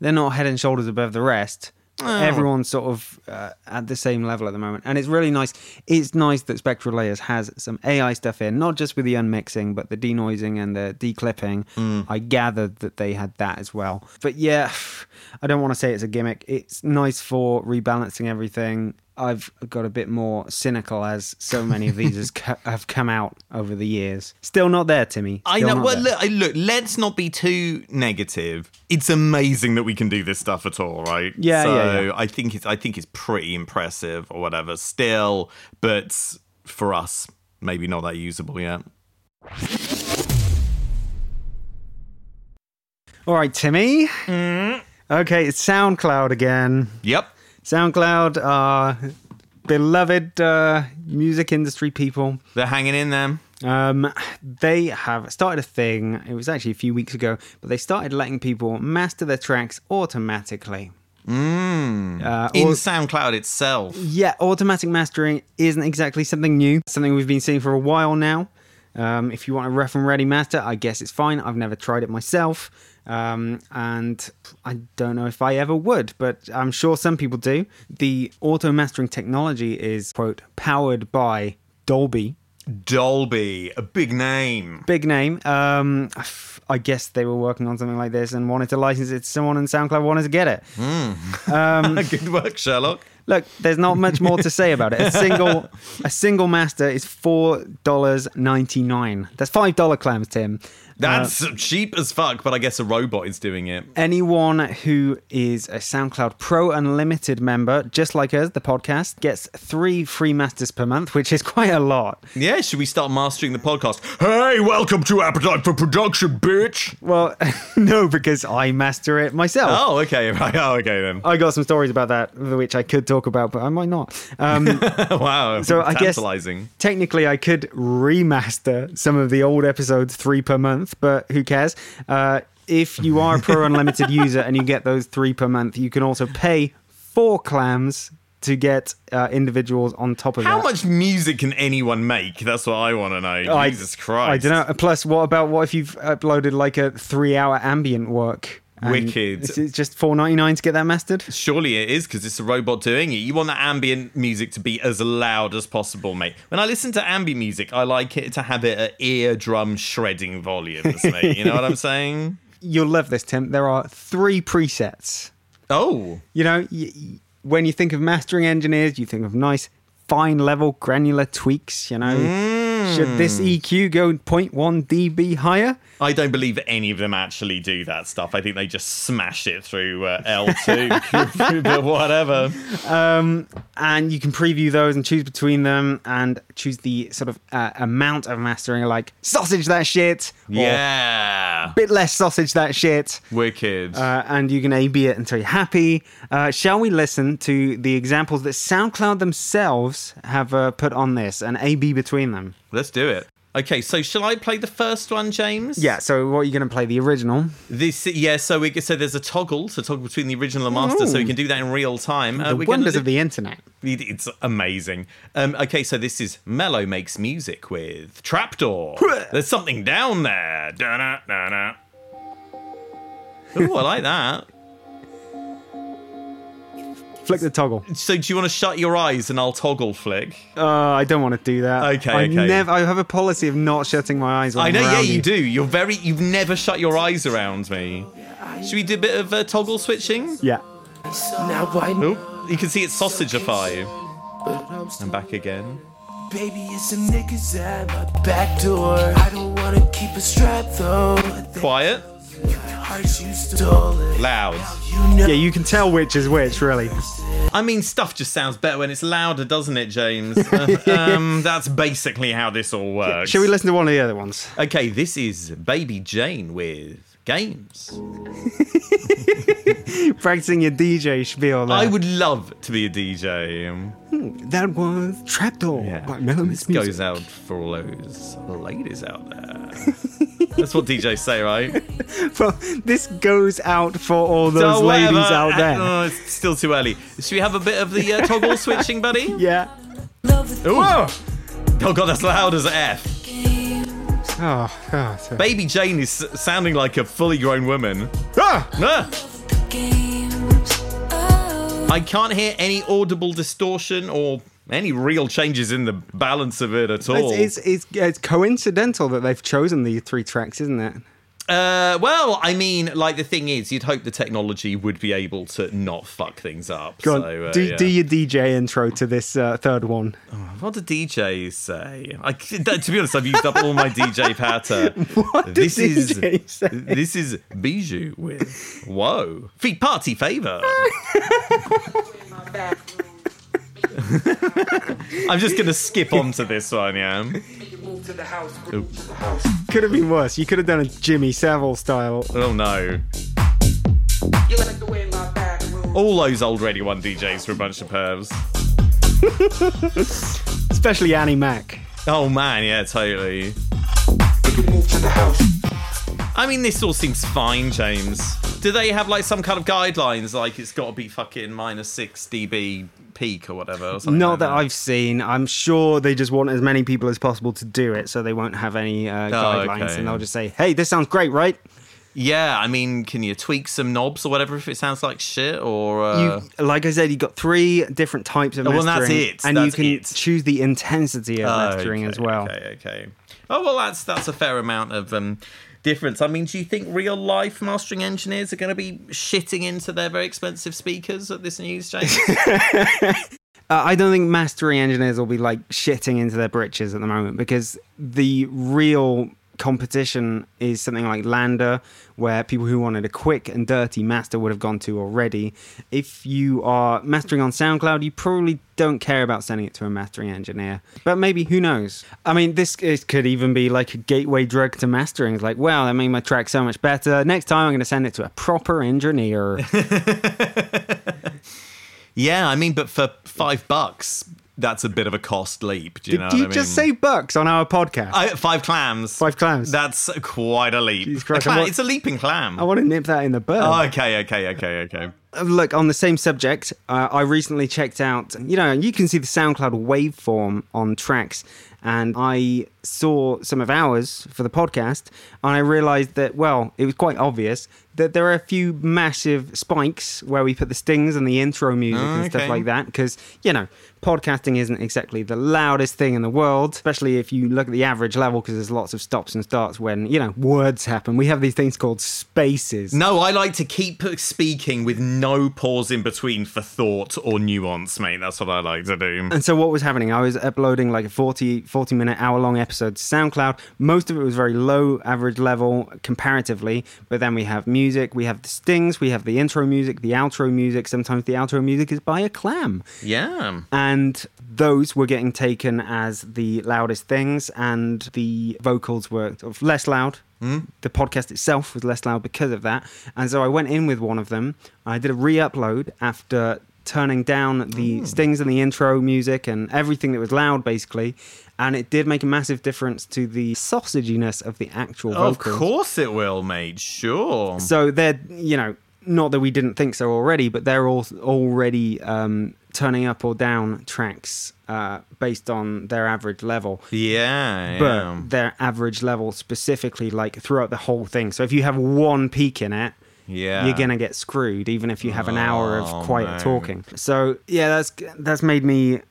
They're not head and shoulders above the rest. Everyone's sort of uh, at the same level at the moment, and it's really nice. It's nice that Spectral Layers has some AI stuff in, not just with the unmixing, but the denoising and the declipping. I gathered that they had that as well. But yeah, I don't want to say it's a gimmick. It's nice for rebalancing everything. I've got a bit more cynical as so many of these has co- have come out over the years. Still not there, Timmy. I Still know. not Well, there. look, I- look, let's not be too negative. It's amazing that we can do this stuff at all, right? Yeah, so yeah, yeah. I think it's I think it's pretty impressive or whatever still, but for us, maybe not that usable yet. All right, Timmy. Mm-hmm. Okay, it's SoundCloud again. Yep. SoundCloud are beloved uh, music industry people. They're hanging in there. Um, they have started a thing. It was actually a few weeks ago, but they started letting people master their tracks automatically. Mm. Uh, In al- SoundCloud itself. yeah, automatic mastering isn't exactly something new. Something we've been seeing for a while now. Um, if you want a rough and ready master, I guess it's fine. I've never tried it myself, um, and I don't know if I ever would, but I'm sure some people do. The auto mastering technology is quote powered by Dolby, Dolby, a big name. big name. Um, I guess they were working on something like this and wanted to license it to someone, and SoundCloud wanted to get it. Good work, Sherlock. Look, there's not much more to say about it. A single a single master is four dollars ninety nine. That's five dollar clams, Tim. That's Uh, cheap as fuck, but I guess a robot is doing it. Anyone who is a SoundCloud Pro Unlimited member, just like us, the podcast, gets three free masters per month, which is quite a lot. Yeah, should we start mastering the podcast? Hey, welcome to Appetite for Production, bitch. Well, no, because I master it myself. Oh, okay, right. Oh, okay then. I got some stories about that, which I could talk about, but I might not. Um, wow. so I guess tantalizing. technically I could remaster some of the old episodes three per month, but who cares? Uh, if you are a Pro Unlimited user and you get those three per month, you can also pay four clams to get uh, individuals on top of How that. much music can anyone make? That's what I want to know. I- Jesus Christ. I don't know. Plus, what about what if you've uploaded like a three-hour ambient work? and Wicked. It's it's just four ninety nine to get that mastered. Surely it is because it's a robot doing it. You want the ambient music to be as loud as possible, mate. When I listen to ambient music, I like it to have it at eardrum shredding volumes, mate. You know what I'm saying? You'll love this, Tim. There are three presets. Oh, You know, y- y- when you think of mastering engineers, you think of nice, fine level, granular tweaks. You know, should this EQ go 0.1 dB higher? I don't believe any of them actually do that stuff. I think they just smash it through uh, L2, but whatever. And you can preview those and choose between them and choose the sort of uh, amount of mastering, like sausage that shit, or Yeah. bit less sausage that shit. Wicked. Uh, and you can A/B it until you're happy. Uh, shall we listen to the examples that SoundCloud themselves have uh, put on this and A/B between them? Let's do it. Okay, so shall I play the first one, James? Yeah. So, what are you going to play? The original. This yeah. So we so there's a toggle to toggle between the original and master, so we can do that in real time. Uh, the we're gonna wonders do- of the internet. It- It's amazing. Um, okay, so this is Mellow makes music with Trapdoor. There's something down there. Da-na, da-na. Ooh, I like that. Flick the toggle. So do you want to shut your eyes and I'll toggle flick? Uh, I don't want to do that. Okay, I okay. never. I have a policy of not shutting my eyes. When I know. I'm Yeah, around you do. You're very. You've never shut your eyes around me. Should we do a bit of uh, toggle switching? Yeah. Now I know, Oh, you can see it's Sausageify. but I'm still I'm back again. baby. It's some niggas at my back door. I don't wanna keep a strap though. but they Quiet, Hearts you stole it. loud. You know Yeah, you can tell which is which, really. I mean, stuff just sounds better when it's louder, doesn't it, James? Uh, um, that's basically how this all works. Should we listen to one of the other ones? Okay, this is Baby Jane with games. Practicing your DJ spiel. There. I would love to be a DJ. Um, That was Trapdoor Yeah. by Mellow Miss This Music. goes out for all those ladies out there. That's what DJs say, right? Well, this goes out for all those So ladies whatever. out there. Oh, it's still too early. Should we have a bit of the uh, toggle switching, buddy? Oh, yeah. Ooh. Oh god, that's loud as F. Oh, God. Baby Jane is s- sounding like a fully grown woman. Ah! Ah! Games. Oh, I can't hear any audible distortion or any real changes in the balance of it at all. It's, it's, it's, it's coincidental that they've chosen these three tracks, isn't it? Uh, well, I mean, like the thing is, you'd hope the technology would be able to not fuck things up. Go on, so, uh, do, yeah. do your DJ intro to this uh, third one. What do DJs say? I, that- to be honest, I've used up all my DJ patter. What do DJs is say? this is Bijou with Whoa Feet Party Favor. I'm just gonna skip on to this one, yeah. Could have been worse. You could have done a Jimmy Savile style. Oh no. All those old Radio 1 DJs were a bunch of pervs. Especially Annie Mac. Oh man, yeah, totally. I mean, this all seems fine, James. Do they have like some kind of guidelines? Like it's got to be fucking minus six dB peak or whatever. Or something Not like that I've seen. I'm sure they just want as many people as possible to do it, so they won't have any uh, guidelines, Oh, okay. and they'll just say, "Hey, this sounds great, right?" Yeah, I mean, can you tweak some knobs or whatever if it sounds like shit? Or uh, you, like I said, you got three different types of Oh, mastering, well, that's it. and you That's can it. choose the intensity of Oh, mastering okay, as well. Okay, okay. Oh well, that's that's a fair amount of um, difference. I mean, do you think real life mastering engineers are going to be shitting into their very expensive speakers at this news, James? Uh, I don't think mastering engineers will be like shitting into their britches at the moment because the real competition is something like Lander, where people who wanted a quick and dirty master would have gone to already. If you are mastering on SoundCloud, you probably don't care about sending it to a mastering engineer, but maybe who knows? I mean, this is, could even be like a gateway drug to mastering. It's like, wow, that made my track so much better. Next time, I'm going to send it to a proper engineer. Yeah, I mean, but for five bucks, that's a bit of a cost leap. Do you Did know you what I just mean? say bucks on our podcast? I, five clams? Five clams. That's quite a leap. Jesus Christ, A clam- I want- it's a leaping clam. I want to nip that in the bud. Oh, okay, okay, okay, okay. uh, look on the same subject uh, i recently checked out you know you can see the soundcloud waveform on tracks and i saw some of ours for the podcast and i realized that well it was quite obvious that there are a few massive spikes where we put the stings and the intro music and stuff Okay. like that because you know podcasting isn't exactly the loudest thing in the world especially if you look at the average level because there's lots of stops and starts when you know words happen we have these things called spaces No, I like to keep speaking with no pause in between for thought or nuance, mate. That's what I like to do. Mm. And so what was happening? I was uploading like a 40, 40 minute, hour long episode to SoundCloud. Most of it was very low average level comparatively, but then we have music, we have the stings, we have the intro music, the outro music. Sometimes the outro music is by a clam. Yeah. And those were getting taken as the loudest things, and the vocals were sort of less loud. The podcast itself was less loud because of that. And so I went in with one of them. I did a re upload after turning down the stings and the intro music and everything that was loud, basically. And it did make a massive difference to the sausaginess of the actual Of vocals. course it will, mate. Sure. So they're, you know, not that we didn't think so already, but they're all already um, turning up or down tracks uh, based on their average level. Yeah. But yeah. their average level specifically, like throughout the whole thing. So if you have one peak in it, Yeah. you're gonna get screwed, even if you have an hour of Oh, quiet man. talking. So yeah, that's that's made me.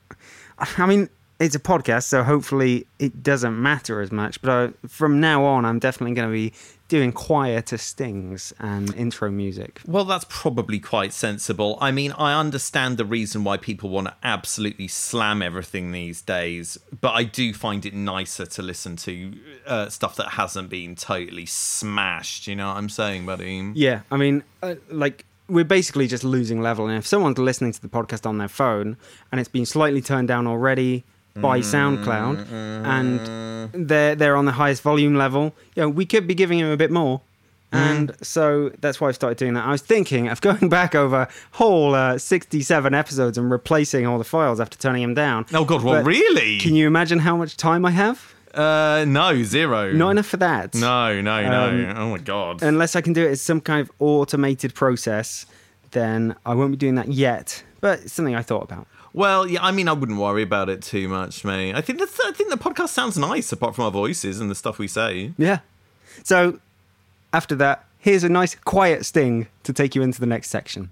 I mean, it's a podcast, so hopefully it doesn't matter as much. But I, from now on, I'm definitely gonna be doing quieter stings and intro music. Well, that's probably quite sensible. I mean, I understand the reason why people want to absolutely slam everything these days, but I do find it nicer to listen to uh, stuff that hasn't been totally smashed. You know what I'm saying, buddy? Yeah, I mean, uh, like we're basically just losing level. And if someone's listening to the podcast on their phone and it's been slightly turned down already by Mm-hmm. SoundCloud, and they're they're on the highest volume level, you know, we could be giving them a bit Mm. more. And so that's why I've started doing that. I was thinking of going back over whole uh, 67 episodes and replacing all the files after turning them down. Oh God! Well, But really? Can you imagine how much time I have? Uh, no, zero. Not enough for that. No, no, no. Um, oh my God. unless I can do it as some kind of automated process, then I won't be doing that yet. But it's something I thought about. Well, yeah, I mean, I wouldn't worry about it too much, mate. I think that's, I think the podcast sounds nice, apart from our voices and the stuff we say. Yeah. So after that, here's a nice quiet sting to take you into the next section.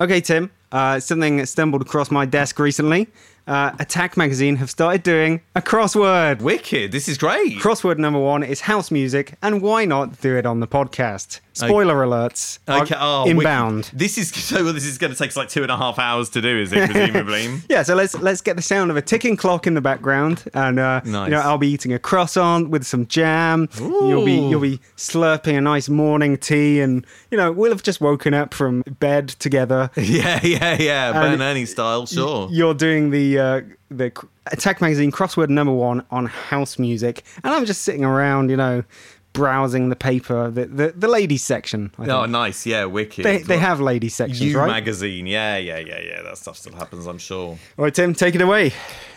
Okay, Tim. Uh, something that stumbled across my desk recently. Uh, Attack Magazine have started doing a crossword. Wicked, this is great. Crossword number one is house music, and why not do it on the podcast? Spoiler alerts are Okay, oh, wicked. inbound. This is so. This is going to take us like two and a half hours to do, is it? Presumably. Yeah, so let's let's get the sound of a ticking clock in the background, and uh, Nice. you know I'll be eating a croissant with some jam. You'll be Ooh. you'll be slurping a nice morning tea, and you know we'll have just woken up from bed together. yeah, yeah, yeah. Ben And- Ernie style, sure. You're doing the uh, the c- Attack Magazine crossword number one on house music, and I'm just sitting around, you know, browsing the paper, the the, the ladies section. I Oh, think. nice. Yeah, wicked. They, they have ladies sections, You right? magazine. Yeah, yeah, yeah, yeah. That stuff still happens, I'm sure. All right, Tim, take it away.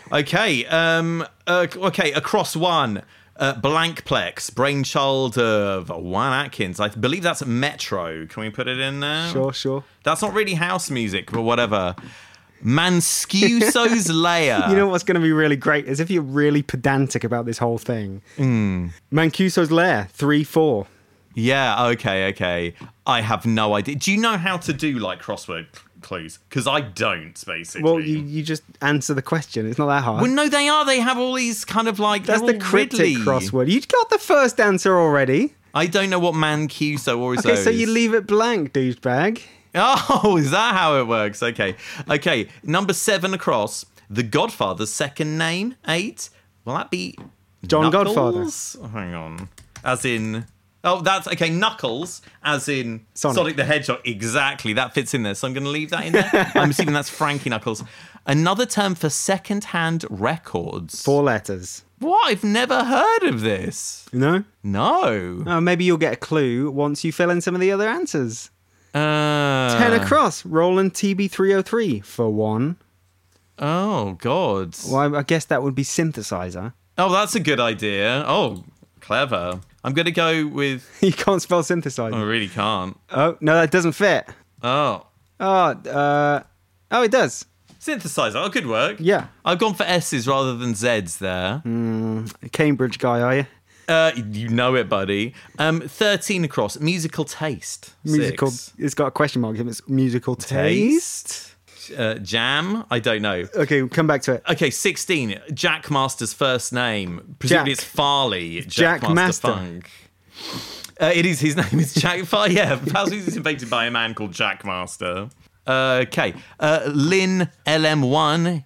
Okay. Um. Uh, okay. Across one. Uh, Blankplex, brainchild of Juan Atkins. I believe that's Metro. Can we put it in now? Sure, sure. That's not really house music, but whatever. Manscuso's layer. You know what's going to be really great is if you're really pedantic about this whole thing. Mancuso's Lair, 3 4. Yeah, okay, okay. I have no idea. Do you know how to do like crossword cl- clues? Because I don't, basically. Well, you, you just answer the question. It's not that hard. Well, no, they are. They have all these kind of like. That's they're the all cryptic riddly. crossword. You got the first answer already. I don't know what Mancuso or is. Okay, so you leave it blank, douchebag. Oh, is that how it works? Okay. Okay. Number seven across. The Godfather's second name, eight. Will that be John Knuckles? Oh, Hang on. As in Oh, that's okay, Knuckles, as in Sonic. Sonic. the Hedgehog. Exactly. That fits in there. So I'm gonna leave that in there. I'm assuming that's Frankie Knuckles. Another term for second hand records. Four letters. what? I've never heard of this. You know? Hmm. No. Uh, maybe you'll get a clue once you fill in some of the other answers. Uh, 10 across, Roland TB303 for one. Oh God. Well, I- I guess that would be synthesizer. Oh, that's a good idea. Oh, clever. I'm going to go with. You can't spell I synthesizer. really can't. Oh, no, that doesn't fit. Oh. Oh, uh, oh, it does. Synthesizer. Oh, good work. Yeah. Hmm. I've gone for S's rather than Z's there. Cambridge guy, are you? Uh, you know it, buddy. Um, 13 across. Musical taste. Musical. Six. It's got a question mark. If it's musical taste. taste. Uh, jam. I don't know. Okay, we'll come back to it. Okay, 16. Jack Master's first name. Presumably Jack. it's Farley. Jack Jack, Master, Master. Funk. Uh, it is. His name is Jack Farley. Yeah, House Music is invented by a man called Jack Master. Uh, okay. Uh, Lynn LM1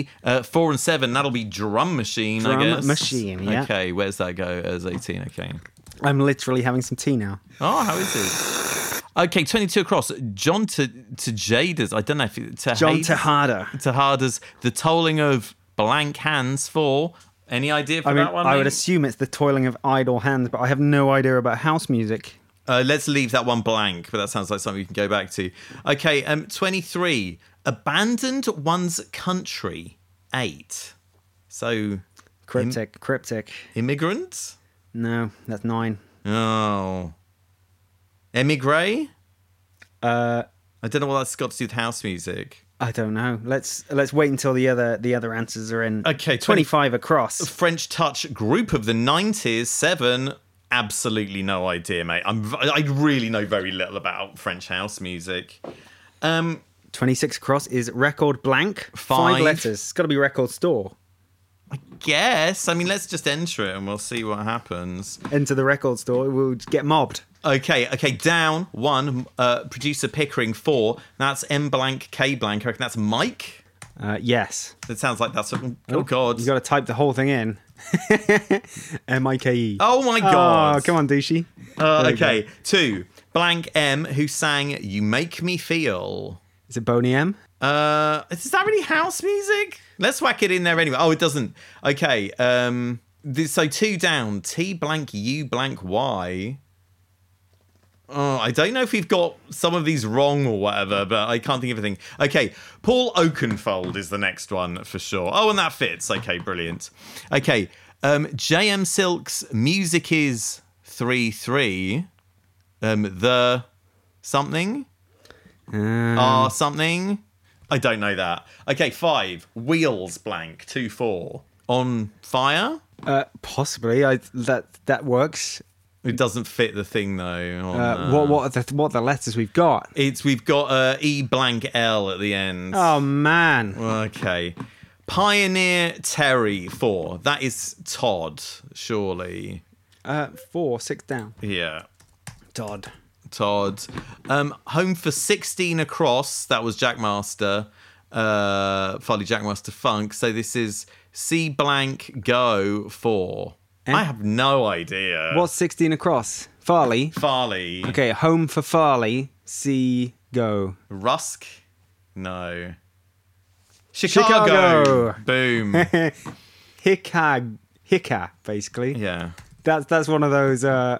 EG uh, 4 and 7. That'll be Drum Machine, Drum I guess. Machine, yeah. Okay, where's that go as 18? Okay. I'm literally having some tea now. Oh, how is this? Okay, 22 across. John to, to Jada's. I don't know if it, to John Hades- Tejada. Tejada's The Tolling of Blank Hands for. Any idea for I mean, that one? I would mate? assume it's the toiling of idle hands, but I have no idea about house music. Uh, let's leave that one blank, but that sounds like something we can go back to. Okay, um, 23. Abandoned one's country. Eight. So, Cryptic, cryptic. immigrant? No, that's nine. Oh. Emigre? Uh, Uh, I don't know what that's got to do with house music. I don't know. Let's let's wait until the other the other answers are in. Okay, 20 25 across. French touch group of the 90s, seven. Absolutely no idea, mate. I'm, I really know very little about French house music. 26 across is record blank. Five. letters. It's got to be record store. Guess. I mean, let's just enter it and we'll see what happens. Into the record store, we'll get mobbed. Okay, okay, down one. Uh, producer Pickering four. That's M blank K blank. I reckon that's Mike. Uh, yes. That sounds like that's. A, oh God. You got to type the whole thing in. M I K E. oh my God. Oh, come on, douchey. Uh, There we okay, two blank M who sang "You Make Me Feel." Is it Boney M? Uh, is that really house music? Let's whack it in there anyway. Oh, it doesn't. Okay. Um. th- so two down. T blank U blank Y. Oh, I don't know if we've got some of these wrong or whatever, but I can't think of anything. Okay, Paul Oakenfold is the next one for sure. Oh, and that fits. Okay, brilliant. Okay, um, JM Silk's music is three three. Um, the something. R something. I don't know that. Okay, five. Wheels blank. Two four. On fire. Uh, possibly. I that that works. It doesn't fit the thing though. on Uh, that. what what are the, what are the letters we've got? It's we've got uh, E blank L at the end. Oh man. Okay. Pioneer Terry four. That is Todd, surely. Uh, four six down. Yeah. Dodd. Todd. Um, home for 16 across. That was Jackmaster. Uh, Folly Jackmaster Funk. So this is C blank go four. And- I have no idea. What's sixteen across? Farley. Farley? Okay, home for Farley. See go. Rusk? No. Chicago. Chicago. Boom. Hicka hicka basically. yeah. That's that's one of those. Uh,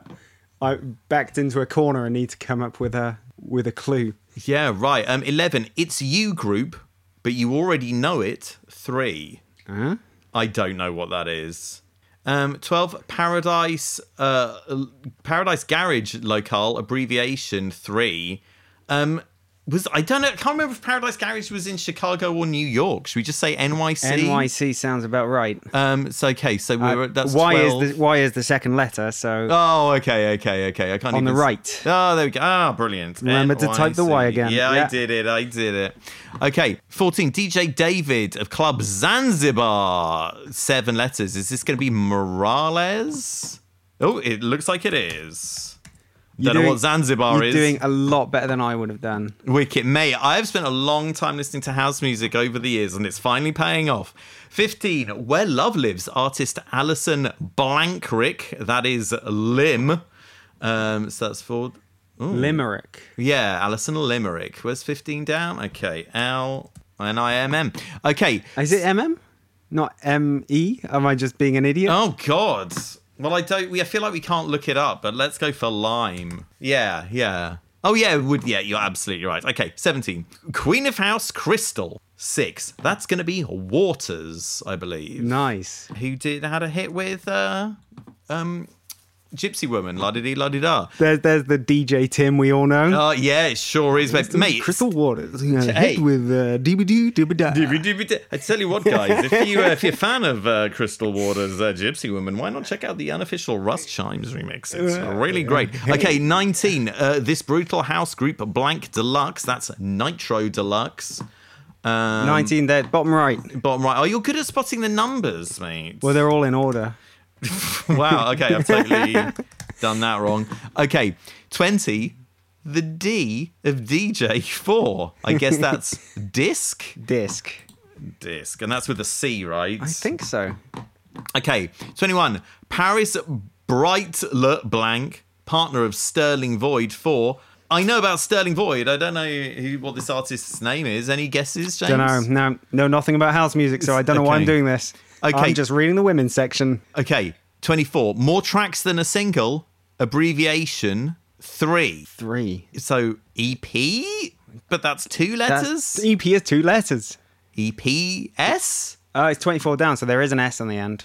I backed into a corner and need to come up with a with a clue. Yeah, right. Um, 11. It's you group, but you already know it. Three. Huh? I don't know what that is. Um, 12 Paradise uh, l- Paradise Garage locale abbreviation 3. Um was I don't know, I can't remember if Paradise Garage was in Chicago or New York. Should we just say NYC? NYC sounds about right. Um so okay, so Uh, we're at that's why 12. is the why is the second letter? So Oh, okay, okay, okay. I can't On the even s- right. Oh, there we go. Ah, brilliant. Remember to type the Y NYC. again. Yeah, I Yeah. did it. I did it. Okay, 14. DJ David of Club Zanzibar. Seven letters. Is this going to be Morales? Oh, it looks like it is. you're Don't know doing- what Zanzibar you're is. doing a lot better than I would have done. Wicked mate, I've spent a long time listening to house music over the years and it's finally paying off. 15. Where Love Lives, artist Alison Blankrick, that is Lim. Um, so that's for. Limerick. Yeah, Alison Limerick. Where's 15 down? Okay, L N I M M. Okay. Is it MM? Not M E? Am I just being an idiot? Oh, God. Well, I don't. We, I feel like we can't look it up, but let's go for lime. Yeah, yeah. Oh, yeah, it would. Yeah, you're absolutely right. Okay, 17. Queen of House Crystal. Six. That's going to be Waters, I believe. Nice. Who did had a hit with uh, um, Gypsy Woman, la di la di da. There's there's the DJ Tim we all know. Oh, yeah, it sure is. Mate, mate Crystal Waters. You know, Hey. hit with uh, doo Um, doo I tell you what, guys, if you uh, if you're a fan of uh, Crystal Waters' uh, Gypsy Woman, why not check out the unofficial Rust Chimes remix? It's Uh, really great. Okay, 19. Uh, this brutal house group, Blank Deluxe. That's Nitro Deluxe. Um, 19 there, bottom right. Bottom right. Oh, you're good at spotting the numbers, mate. Well, they're all in order. wow. Okay, I've totally done that wrong. Okay, 20. The D of DJ4. I guess that's disc. Disc. Disc. And that's with a C, right? I think so. Okay, 21. Paris Bright Le Blanc, partner of Sterling Void for. I know about Sterling Void. I don't know who, what this artist's name is. Any guesses, James? Don't know. No, know nothing about house music, so I don't know why I'm Okay. doing this. Okay. I'm just reading the women's section. Okay, 24. More tracks than a single, abbreviation three. Three. So EP? But that's two letters? E That's, EP is two letters. EPS? Oh, it's 24 down, so there is an S on the end.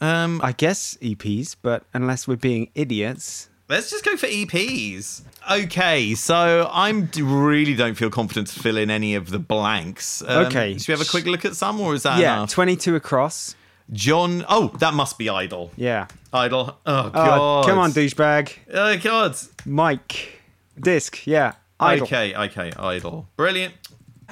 Um, I guess EPs, but unless we're being idiots. Let's just go for EPs. Okay, so I'm d- really don't feel confident to fill in any of the blanks. Um, Okay. should we have a quick look at some, or is that yeah, enough? 22 across. John. Oh, that must be Idol. Yeah. Idol. Oh Oh, God. come on, douchebag. Oh God. Mike. Disc. Yeah. Idol. Okay, okay, Idol. Brilliant.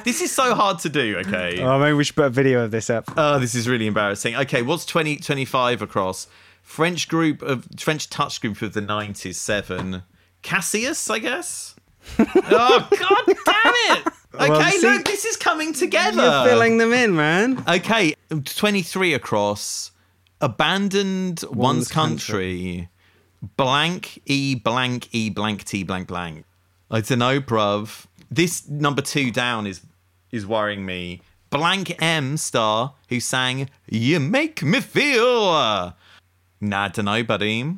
This is so hard to do. Okay. Oh, maybe we should put a video of this up. Oh, this is really embarrassing. Okay, what's 20, 25 across? French group of French touch group of the 90s, seven. Cassius, I guess? oh, god damn it! Okay, Well, see- look, this is coming together. You're filling them in, Uh, man. Okay, 23 across. Abandoned one's, country. Blank E blank E blank T blank blank. I don't know, bruv. This number two down is is worrying me. Blank M star who sang You Make Me Feel. Nah, don't know, buddy.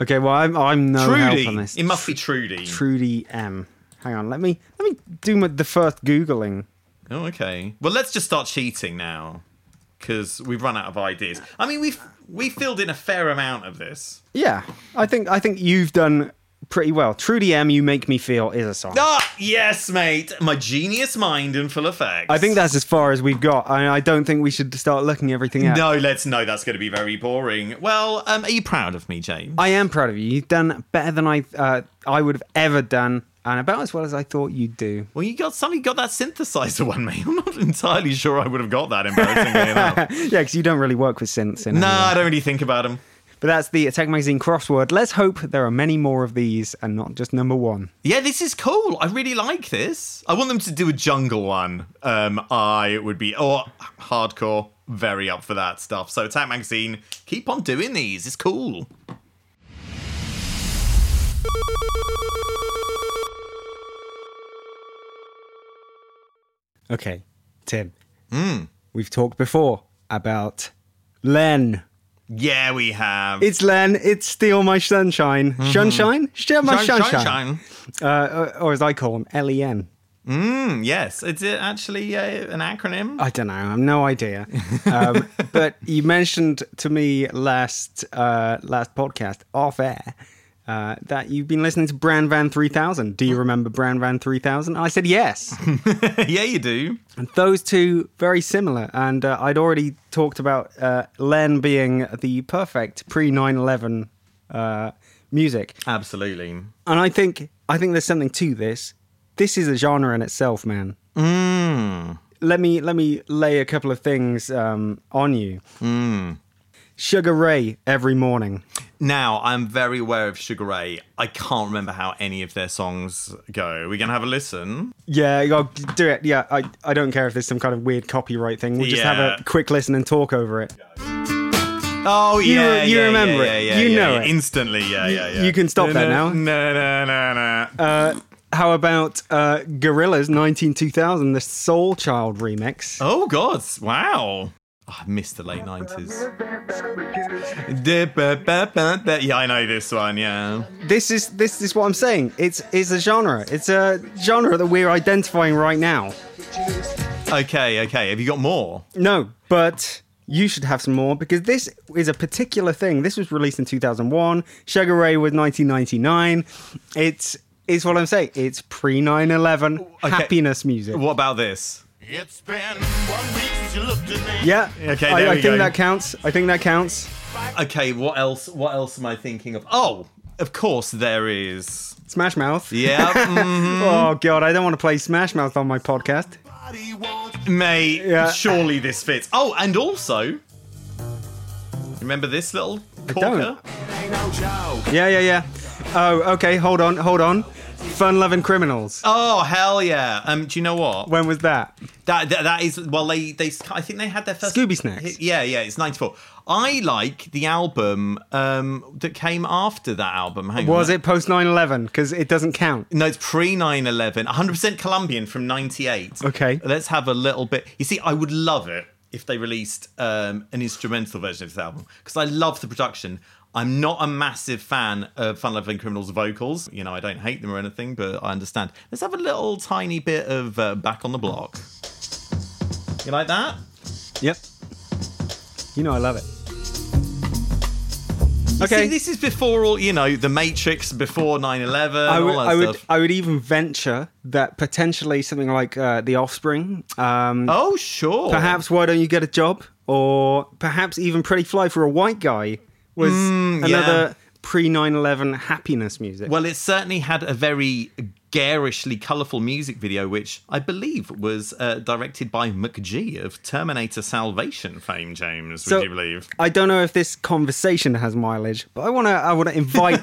Okay, well, I'm, I'm Oh, no help on Trudy. this. It must be Trudy. Trudy M. Hang on, let me let me do my, the first googling. Oh, okay. Well, let's just start cheating now, because we've run out of ideas. I mean, we've we filled in a fair amount of this. Yeah, I think I think you've done pretty well. Trudy M, You Make Me Feel is a song. Ah, yes, mate. My genius mind in full effect. I think that's as far as we've got. I, I don't think we should start looking everything up. No, let's know. That's going to be very boring. Well, um, are you proud of me, James? I am proud of you. You've done better than I uh, I would have ever done, and about as well as I thought you'd do. well, you got somebody got that synthesizer one, mate. I'm not entirely sure I would have got that embarrassingly enough. yeah, because you don't really work with synths. In No, any way. I don't really think about them. But that's the Attack Magazine crossword. Let's hope there are many more of these and not just number one. Yeah, this is cool. I really like this. I want them to do a jungle one. Um, I would be or hardcore, very up for that stuff. So Attack Magazine, keep on doing these. It's cool. Okay, Tim. We've talked before about Len. Yeah, we have. It's Len. It's Steal My Sunshine. Sunshine? Steal My Shine, Mm-hmm. Sunshine. shine, shine. Uh, or as I call him, E L-E-N. Mm, yes, it's uh, actually uh, an acronym. I don't know. I have no idea. Um, but you mentioned to me last uh, last podcast off air uh, that you've been listening to Brand Van 3000. Do you remember Brand Van 3000? And I said yes. yeah, you do. And those two very similar. And uh, I'd already talked about uh, Len being the perfect pre 9/11 uh, music. Absolutely. And I think I think there's something to this. This is a genre in itself, man. Hmm. Let me let me lay a couple of things um, on you. Hmm. Sugar Ray every morning. Now, I'm very aware of Sugar Ray. I can't remember how any of their songs go. We're going to have a listen. Yeah, I'll do it. Yeah, I, I don't care if there's some kind of weird copyright thing. We'll just have Yeah. a quick listen and talk over it. Oh, yeah. you yeah, remember yeah, it. yeah, You yeah, know yeah. it. Instantly, yeah, yeah, yeah. you can stop that now. No, no, no, no. Uh, how about uh, Gorillas 19 2000, the Soul Child remix? oh, God. Wow. Oh, I missed the late 90s. Yeah, I know this one, yeah. This is this is what I'm saying. It's it's a genre. It's a genre that we're identifying right now. Okay, okay. Have you got more? No, but you should have some more because this is a particular thing. This was released in 2001. Sugar Ray was 1999. It's it's what I'm saying. It's pre 9/11 Okay. happiness music. What about this? It's been one week since you looked at me. Yeah. Okay, I, there I we think go. that counts. I think that counts. Okay, what else? What else am I thinking of? Oh, of course there is. Smash Mouth. Yeah, mhm. Oh god, I don't want to play Smash Mouth on my podcast. mm, mate. Yeah. Surely this fits. Oh, and also, remember this little corker? don't. Yeah, yeah, yeah. Oh, okay. Hold on, hold on. Fun loving criminals. Oh hell yeah! Um, do you know what? When was that? That that, that is well, they they I think they had their first Scooby Snacks. Yeah, yeah, it's ninety four. I like the album um that came after that album. Hang on. Was it post 9/11? Because it doesn't count. No, it's pre 9 11. 100% Colombian from 98. Okay. Let's have a little bit. You see, I would love it if they released um, an instrumental version of this album because I love the production. I'm not a massive fan of Fun Loving Criminals vocals. You know, I don't hate them or anything, but I understand. Let's have a little tiny bit of uh, Back on the Block. You like that? Yep. You know I love it. You Okay. See, this is before all, you know, The Matrix, before 9 11, I all would, that I would, stuff. I would even venture that potentially something like uh, The Offspring, um, oh, sure. perhaps Why Don't You Get a Job, or perhaps even Pretty Fly for a White Guy was Hmm, yeah. another pre 9/11 happiness music. Well, it certainly had a very garishly colourful music video, which I believe was uh, directed by McGee of Terminator Salvation fame, James, would So- you believe? I don't know if this conversation has mileage, but I want to I want to invite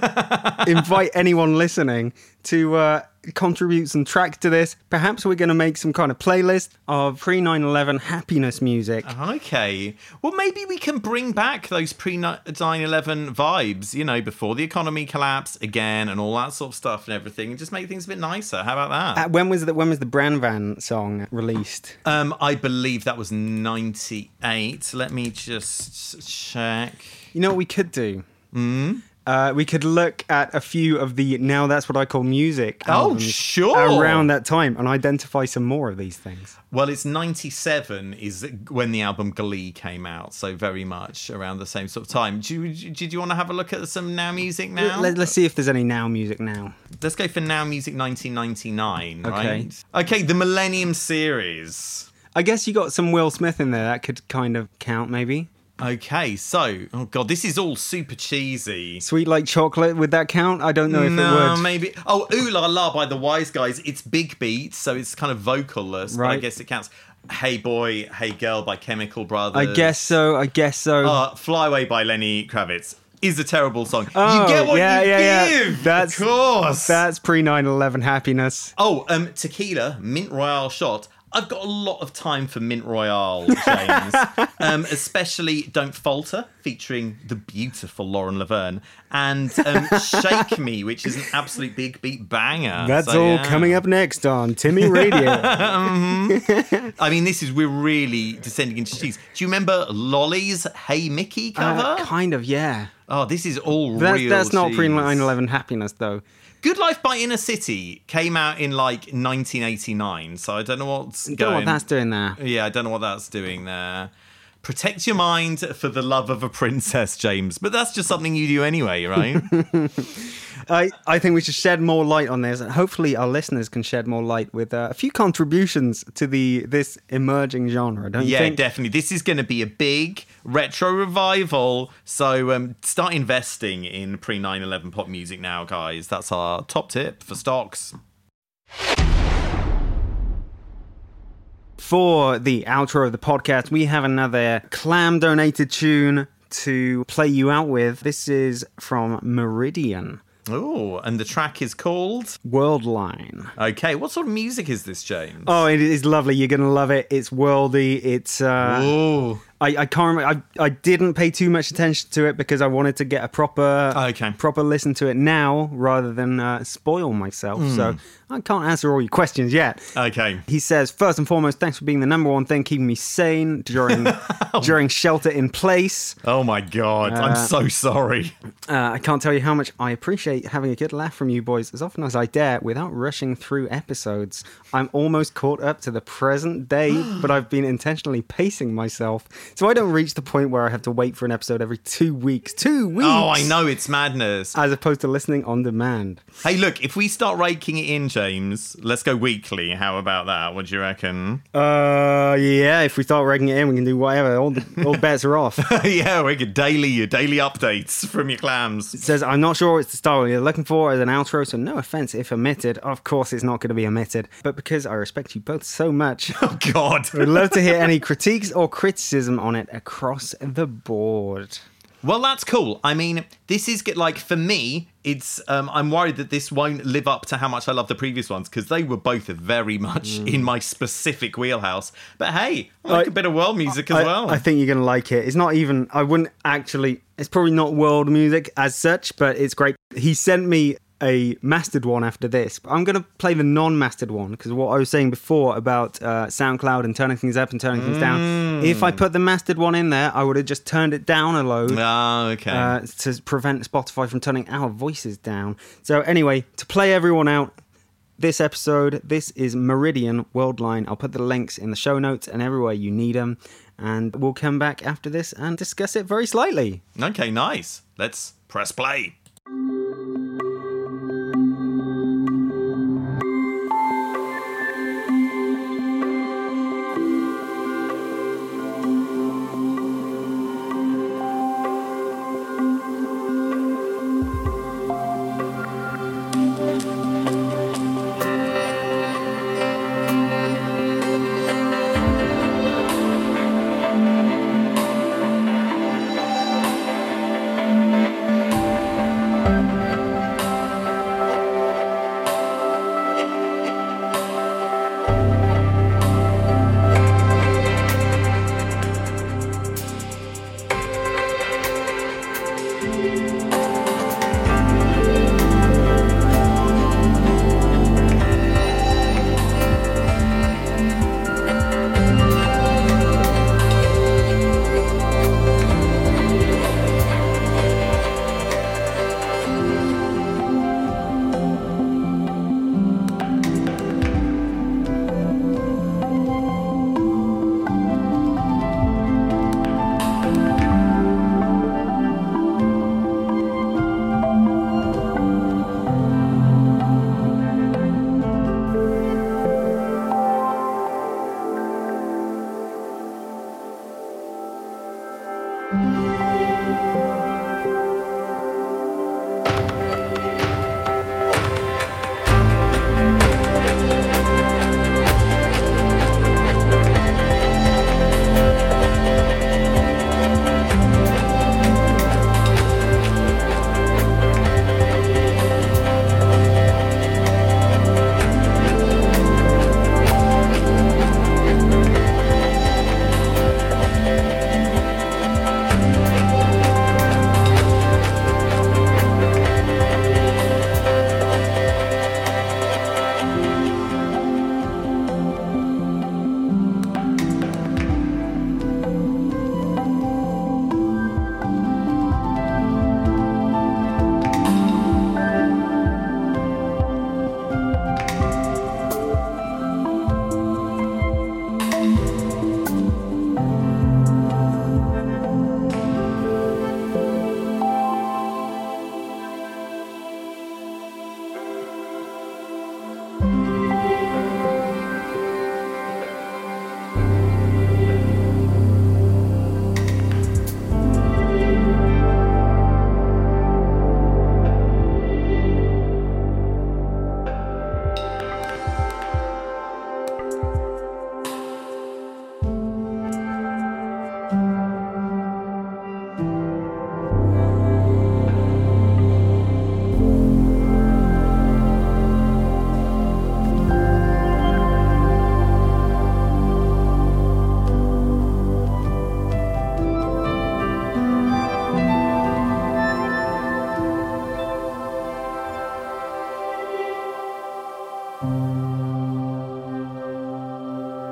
invite anyone listening to uh, contribute some tracks to this. Perhaps we're going to make some kind of playlist of pre 9/11 happiness music. Uh-huh. Okay. Well, maybe we can bring back those pre 9 11 vibes, you know, before the economy collapsed again and all that sort of stuff and everything, and just make things a bit nicer. How about Uh, that? when was the when was the Brand Van song released? Um, I believe that was 98. Let me just check. Mm-hmm. You know what we could do? Uh, we could look at a few of the now that's what I call music. Oh, albums sure. Around that time, and identify some more of these things. Well, it's 97 is when the album Glee came out, so very much around the same sort of time. Do you, did you want to have a look at some now music now? Let, us see if there's any now music now. Let's go for now music 1999, Okay. right? Okay, the Millennium Series. I guess you got some Will Smith in there. That could kind of count, maybe. Okay, so, oh god, this is all super cheesy. Sweet like chocolate. Would that count? I don't know if it No, would. maybe. Oh, Ooh La La by the Wise Guys. It's big beat, so it's kind of vocalless, but I Right. guess it counts. Hey Boy, Hey Girl by Chemical I Brothers. guess so. I guess so. Uh, Fly Away by Lenny Kravitz is a terrible song. Oh, you get what yeah, you yeah, yeah. give. That's- of course. That's pre 9 11 happiness. Oh, um, tequila, mint royale shot. I've got a lot of time for mint royale, James. um, especially "Don't Falter" featuring the beautiful Lauren Laverne, and um, "Shake Me," which is an absolute big beat banger. That's So, all yeah. coming up next on Timmy Radio. I mean, this is we're really descending into cheese. Do you remember Lolly's "Hey Mickey" cover? Uh, kind of, yeah. oh, this is all That's, real. that's not pre cheese. 9 11 happiness, though. Good Life by Inner City came out in like 1989, so I don't know what's Don't know going. what that's doing there. yeah, I don't know what that's doing there. Protect your mind for the love of a princess, James. But that's just something you do anyway, right? I, I think we should shed more light on this, and hopefully our listeners can shed more light with uh, a few contributions to the this emerging genre. Don't you yeah, think? definitely. This is going to be a big retro revival. So um, start investing in pre 9 11 pop music now, guys. That's our top tip for stocks. For the outro of the podcast, we have another clam donated tune to play you out with. This is from Meridian Oh, and the track is called. World Line. Okay, what sort of music is this, James? Oh, it is lovely. You're gonna love it. It's worldy. It's uh, Ooh. I, I can't. Remember, I I didn't pay too much attention to it because I wanted to get a proper Okay. proper listen to it now rather than uh, spoil myself. So I can't answer all your questions yet. Okay. He says, first and foremost, thanks for being the number one thing keeping me sane during during shelter in place. Oh my god, I'm so sorry. Uh, I can't tell you how much I appreciate having a good laugh from you boys as often as I dare without rushing through episodes. I'm almost caught up to the present day, but I've been intentionally pacing myself so I don't reach the point where I have to wait for an episode every two weeks. Two weeks! Oh, I know it's madness. As opposed to listening on demand. Hey, look, if we start raking it in, James, let's go weekly. How about that? What do you reckon? Uh, yeah, if we start raking it in, we can do whatever. All, all bets are off. yeah, we could daily your daily updates from your clams. says, I'm not sure it's the style you're looking for as an outro, so no offense if omitted. Of course, it's not going to be omitted, but because I respect you both so much, Oh God. I'd love to hear any critiques or criticism on it across the board. well, that's cool. I mean, this is get like for me. It's um, I'm worried that this won't live up to how much I love the previous ones because they were both very much in my specific wheelhouse. But hey, I like Mm. I- a bit of world music as I, well. I think you're going to like it. It's not even, I wouldn't actually, it's probably not world music as such, but it's great. He sent me a mastered one after this, but I'm going to play the non mastered one because what I was saying before about uh, SoundCloud and turning things up and turning things down, if Mm. I put the mastered one in there, I would have just turned it down a load. Oh, okay. uh, to prevent Spotify from turning our voices down. So, anyway, to play everyone out, this episode, this is Meridian Worldline. I'll put the links in the show notes and everywhere you need them. And we'll come back after this and discuss it very slightly. okay, nice. Let's press play.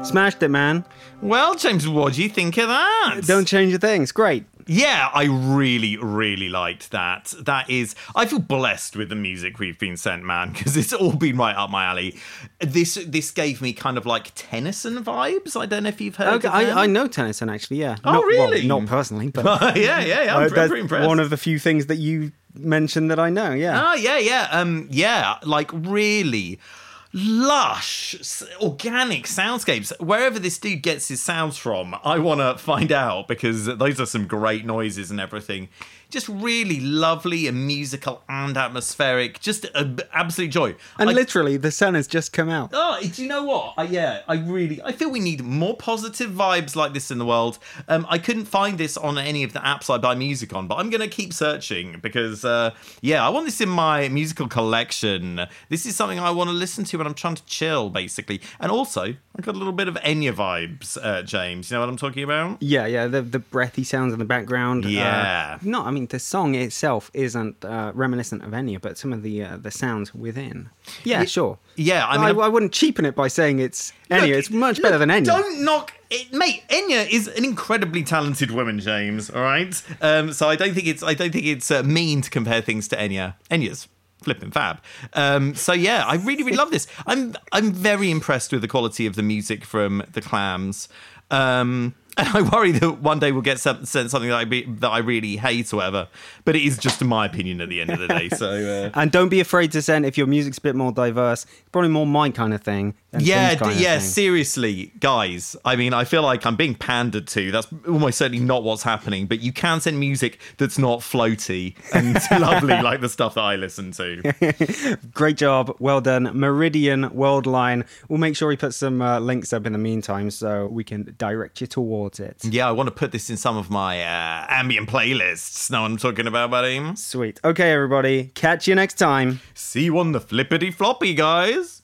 Smashed it, man. Well, James, what do you think of that? Don't change your things. Great. Yeah, I really, really liked that. That is, I feel blessed with the music we've been sent, man, because it's all been right up my alley. This this gave me kind of like Tennyson vibes. I don't know if you've heard. Okay, of I, them. I know Tennyson actually. Yeah. Oh, not, well, really? not personally, but yeah, yeah, yeah. I'm uh, pre- that's pretty impressed. one of the few things that you mentioned that I know. Yeah. Oh yeah, yeah, um, yeah. Like really lush, s- organic soundscapes. Wherever this dude gets his sounds from, I want to find out because those are some great noises and everything. Just really lovely and musical and atmospheric. Just a, absolute joy. and I- literally, the sun has just come out. Oh, do you know what? I, yeah, I really, I feel we need more positive vibes like this in the world. Um, I couldn't find this on any of the apps I buy music on, but I'm gonna keep searching because, uh, yeah, I want this in my musical collection. This is something I want to listen to when I'm trying to chill, basically. And also, I got a little bit of Enya vibes, uh, James. You know what I'm talking about? Yeah, yeah, the the breathy sounds in the background. uh, Yeah. no, I mean the song itself isn't uh, reminiscent of any, but some of the uh, the sounds within. Yeah, sure. Yeah, I I, mean, I, wouldn't cheapen it by saying it's Enya. Look, it's much look, better than Enya. Don't knock it, mate. Enya is an incredibly talented woman, James. All right. Um, so I don't think it's I don't think it's uh, mean to compare things to Enya. Enya's flipping fab. Um, so yeah, I really really love this. I'm I'm very impressed with the quality of the music from the Clams. Um, and I worry that one day we'll get some, sent something that I be, that I really hate or whatever. But it is just my opinion at the end of the day. So. Uh, And don't be afraid to send if your music's a bit more diverse. It's probably more my kind of thing. Than Yeah, Tim's d- kind of yeah. thing. Seriously, guys. I mean, I feel like I'm being pandered to. That's almost certainly not what's happening. But you can send music that's not floaty and lovely, like the stuff that I listen to. Great job, well done, Meridian Worldline. We'll make sure we put some uh, links up in the meantime so we can direct you towards it. Yeah, I want to put this in some of my uh, ambient playlists. Know what I'm talking about, buddy? Sweet. Okay, everybody. Catch you next time. See you on the flippity floppy, guys.